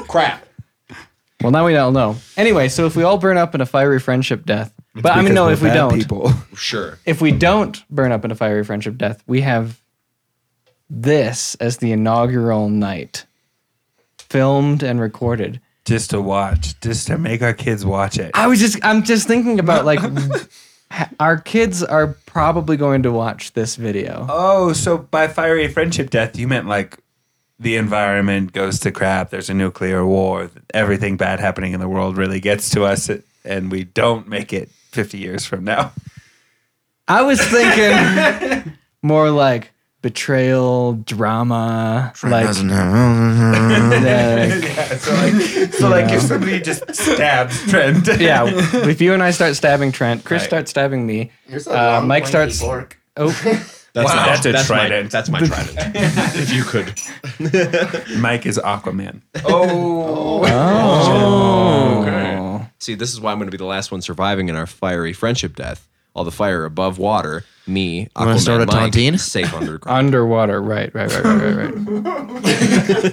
Crap. well, now we all know. Anyway, so if we all burn up in a fiery friendship death, but I mean, no, if we don't, People. Sure. if we don't burn up in a fiery friendship death, we have this as the inaugural night, filmed and recorded. Just to watch, just to make our kids watch it. I was just, I'm just thinking about like, ha- our kids are probably going to watch this video. Oh, so by fiery friendship death, you meant like the environment goes to crap. There's a nuclear war. Everything bad happening in the world really gets to us, and we don't make it 50 years from now. I was thinking more like betrayal, drama, like, like- So, like, if somebody just stabs Trent, yeah. If you and I start stabbing Trent, Chris starts stabbing me. Uh, Mike starts. Oh, That's, Wow. my- That's a my- trident. that's my trident. if you could. Mike is Aquaman. See, this is why I'm going to be the last one surviving in our fiery friendship death. All the fire above water, me, wanna Aquaman, start a Mike, tontine? safe underground. underwater. Right, right, right, right,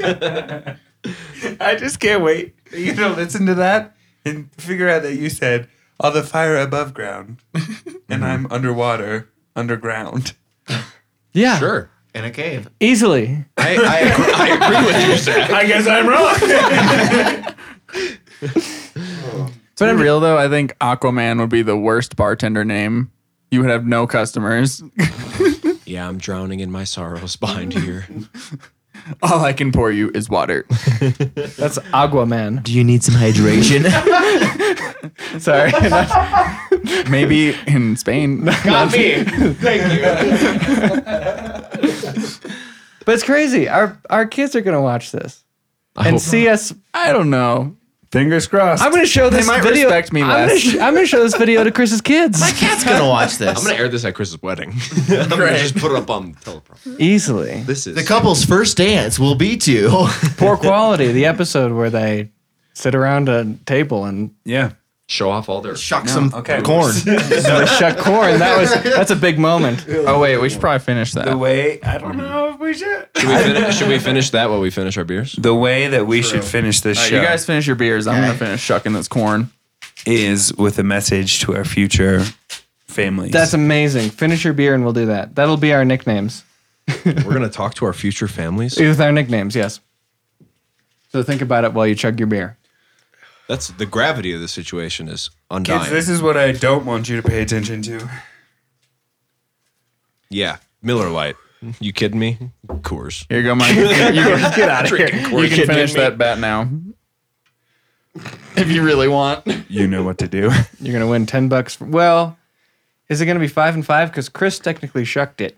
right, right. I just can't wait for you to listen to that and figure out that you said all the fire above ground, and I'm underwater, underground. Yeah, sure. in a cave. easily. I, I, I agree with you, Zach. I guess I'm wrong. To be real though, I think Aquaman would be the worst bartender name. You would have no customers. Yeah, I'm drowning in my sorrows behind here. All I can pour you is water. That's Aquaman. Do you need some hydration? Sorry. Maybe in Spain. Got me. Thank you. but it's crazy. Our our kids are gonna watch this I and hope- see us. I don't know. Fingers crossed. I'm gonna show this might video. respect me I'm gonna less. sh- I'm gonna show this video to Chris's kids Cat's gonna watch this. I'm going to air this at Chris's wedding. I'm going to just put it up on the teleprompter. easily. This is the couple's first dance will be to Poor quality. The episode where they sit around a table and yeah. show off all their. chuck some okay. corn. they shut corn. That was that's a big moment. Oh wait, we should probably finish that. The way I don't know if we should. Should we, finish, should we finish that while we finish our beers? The way that we should finish this Alright, show you guys finish your beers. I'm gonna finish shucking this corn. is with a message to our future families. That's amazing. Finish your beer and we'll do that. That'll be our nicknames. We're going to talk to our future families. With our nicknames, yes. So think about it while you chug your beer. That's the gravity of the situation is undying. Kids, this is what I don't want you to pay attention to. yeah, Miller Lite. You kidding me? Coors. Here you go, Mike. You can, you can- you can finish that bet now. If you really want. You know what to do. You're gonna win ten bucks. For, well, is it gonna be five and five? Because Chris technically shucked it.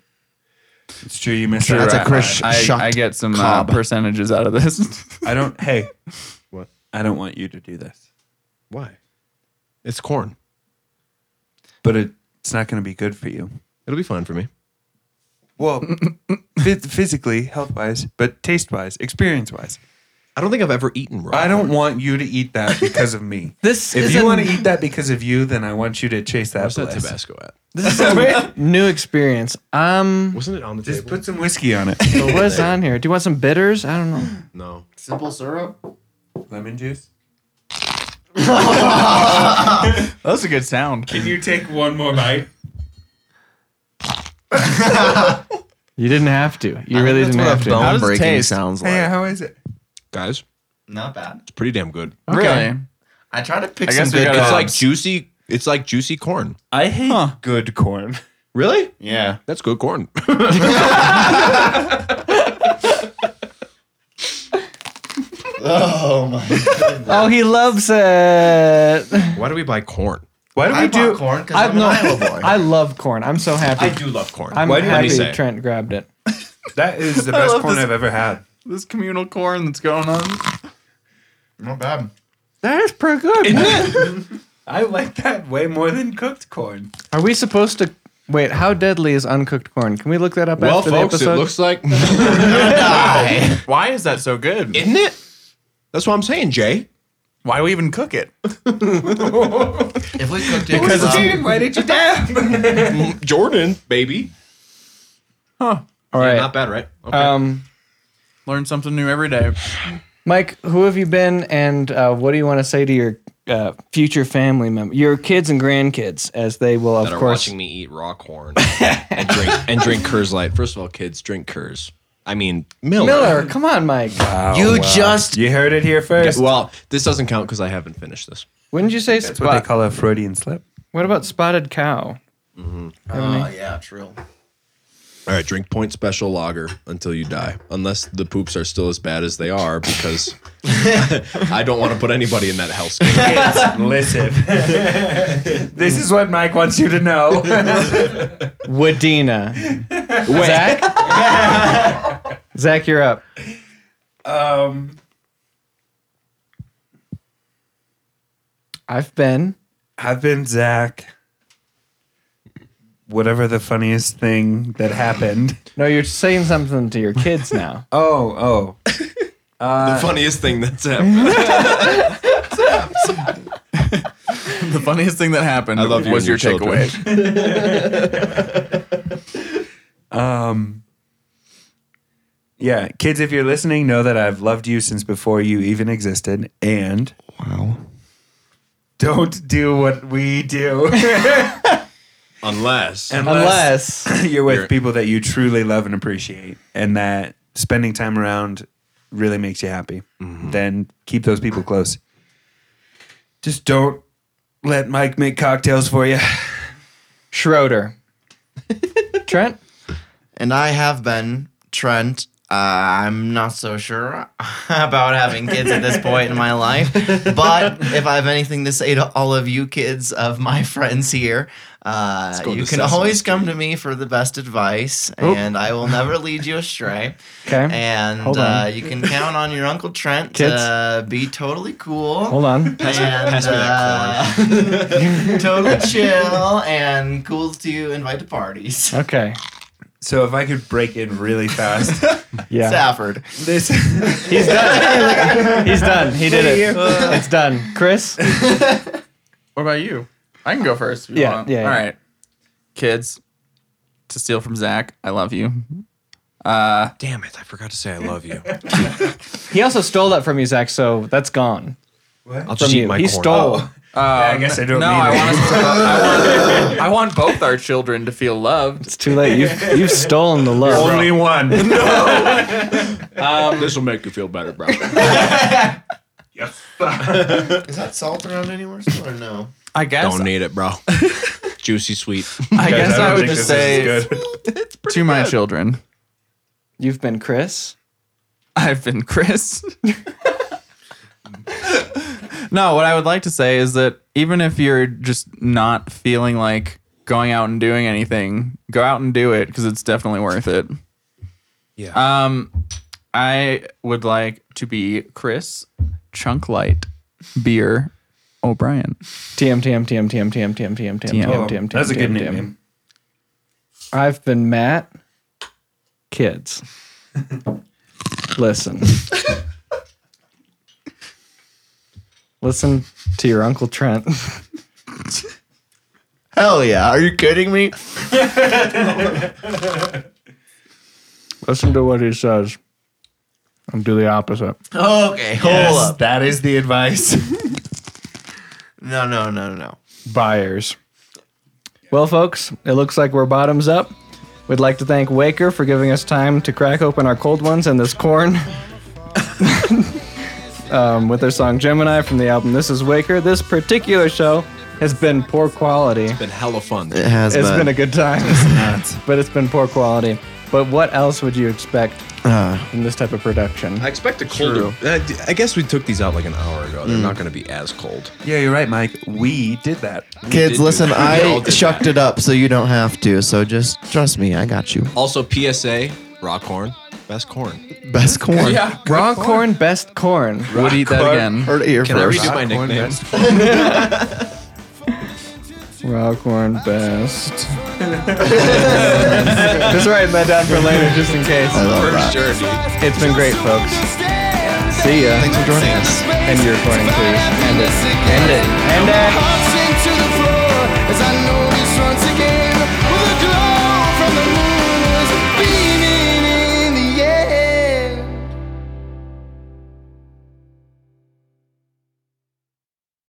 It's true. You missed That's a out. Chris I, shucked I get some uh, cob. percentages out of this. I don't. Hey, what? I don't want you to do this. Why? It's corn. But it, it's not going to be good for you. It'll be fine for me. Well, phys- physically, health wise, but taste wise, experience wise. I don't think I've ever eaten raw. I don't want you to eat that because of me. This if is you a- want to eat that because of you, then I want you to chase that Where's that bliss. Tabasco at? This is a new experience. Um, Wasn't it on the Just table? put some whiskey on it. what is on here? Do you want some bitters? I don't know. no. simple syrup. Lemon juice. That's a good sound. Can you take one more bite? You didn't have to. You really That's didn't what have a to. bone How does it breaking taste? sounds like. Hey, how is it? Guys, Not bad. it's pretty damn good. Really? I tried to pick I some guess we good gotta- It's Uh, like juicy. It's like juicy corn. um, I hate Huh. good corn. Really? yeah. That's good corn. Oh my. Oh, he loves it. Why do we buy corn? Why do I we do do? corn because I- I'm no. an Iowa boy. I love corn. I'm so happy. I do love corn. I'm Why do you- let me happy say it. Trent grabbed it. That is the best love corn this- I've ever had. This communal corn that's going on. Not bad. That is pretty good. I like that way more than cooked corn. Are we supposed to wait? How deadly is uncooked corn? Can we look that up Well, after folks, the episode? it looks like Why is that so good? isn't it? That's what I'm saying, Jay. Why do we even cook it? If we cooked it, because Why did you dab? Jordan, baby. All right. Not bad, right? Uh, Okay. Um, Learn something new every day. Mike, who have you been, and uh, what do you want to say to your uh, future family member, your kids and grandkids, as they will, of that are course. watching me eat raw corn and drink and drink Kurz Light. First of all, kids, drink Kurz. I mean Miller. Miller, come on, Mike. you just You heard it here first. Well, this doesn't count because I haven't finished this. Wouldn't you say That's what spot? they call a Freudian slip. What about spotted cow? Oh yeah, true. All right, drink Point Special Lager until you die, unless the poops are still as bad as they are, because I don't want to put anybody in that hellscape. Listen, this is what Mike wants you to know. Wadena. Zach? Zach, you're up. um, I've been. I've been Zach. Whatever the funniest thing that happened. No, you're saying something to your kids now. Oh, oh. the funniest thing that's happened. The funniest thing that happened I love you was and your, your children. takeaway. Um, yeah, kids, if you're listening, know that I've loved you since before you even existed, and Wow. don't do what we do Unless Unless. you're with You're- people that you truly love and appreciate, and that spending time around really makes you happy. Then keep those people close. Just don't let Mike make cocktails for you. Schroeder. Trent? And I have been Trent. Uh, I'm not so sure about having kids at this point in my life, but if I have anything to say to all of you kids of my friends here, uh, go you to can Sesame always come to me for the best advice, and I will never lead you astray. Oh. Okay. And Hold on. uh, you can count on your uncle Trent Kids. to be totally cool. Hold on. And, uh, totally chill and cool to invite to parties. Okay. So if I could break in really fast, Yeah. Stafford. this He's done. He's done. He did it. It's done. Chris? What about you? I can go first. If you Yeah, want. yeah, yeah. All right. Kids, to steal from Zach, I love you. Uh, damn it, I forgot to say I love you. He also stole that from you, Zach, so that's gone. I'll From just eat you. my He corn. stole. I guess I don't no, mean I it. want, us to, I, want, I want both our children to feel loved. It's too late. You've, you've stolen the love. only one. this will make you feel better, bro. Is that salt around anywhere still or no? I guess. don't need it, bro. Juicy sweet. I guess I, don't would think just this say is good. to my children, You've been Chris. I've been Chris. no, what I would like to say is that even if you're just not feeling like going out and doing anything, go out and do it because it's definitely worth it. Yeah. Um, I would like to be Chris Chunk Light Beer O'Brien. TM, TM, TM, TM, TM, TM, TM, TM, Oh, TM, TM. That's a good TM. name. I've been Matt. Kids. Listen. Listen to your Uncle Trent. Hell yeah. Are you kidding me? Listen to what he says. And do the opposite. Okay, hold up. That is the advice. no, no, no, no. Buyers. Well, folks, it looks like we're bottoms up. We'd like to thank Waker for giving us time to crack open our cold ones and this corn. um, with their song Gemini from the album This Is Waker. This particular show has been poor quality. Been hella fun. It has It's been. been a good time, but it's been poor quality. But what else would you expect from this type of production? I expect a Mm. colder. I I guess we took these out like an hour ago. They're not going to be as cold. Yeah, you're right, Mike. We did that. did Kids, do listen, that. We all I did shucked it up so you don't have to. So just trust me, I got you. Also, PSA: raw corn, best corn. Best corn. Raw corn. best corn. Would eat that again. Heard it here Can I first. redo my nickname? Raw corn best. Just writing that down for later, just in case. I love that. Sure, dude. It's been great, folks. See ya. Thanks for joining us. End your recording, please. End it. End it. End it. Hot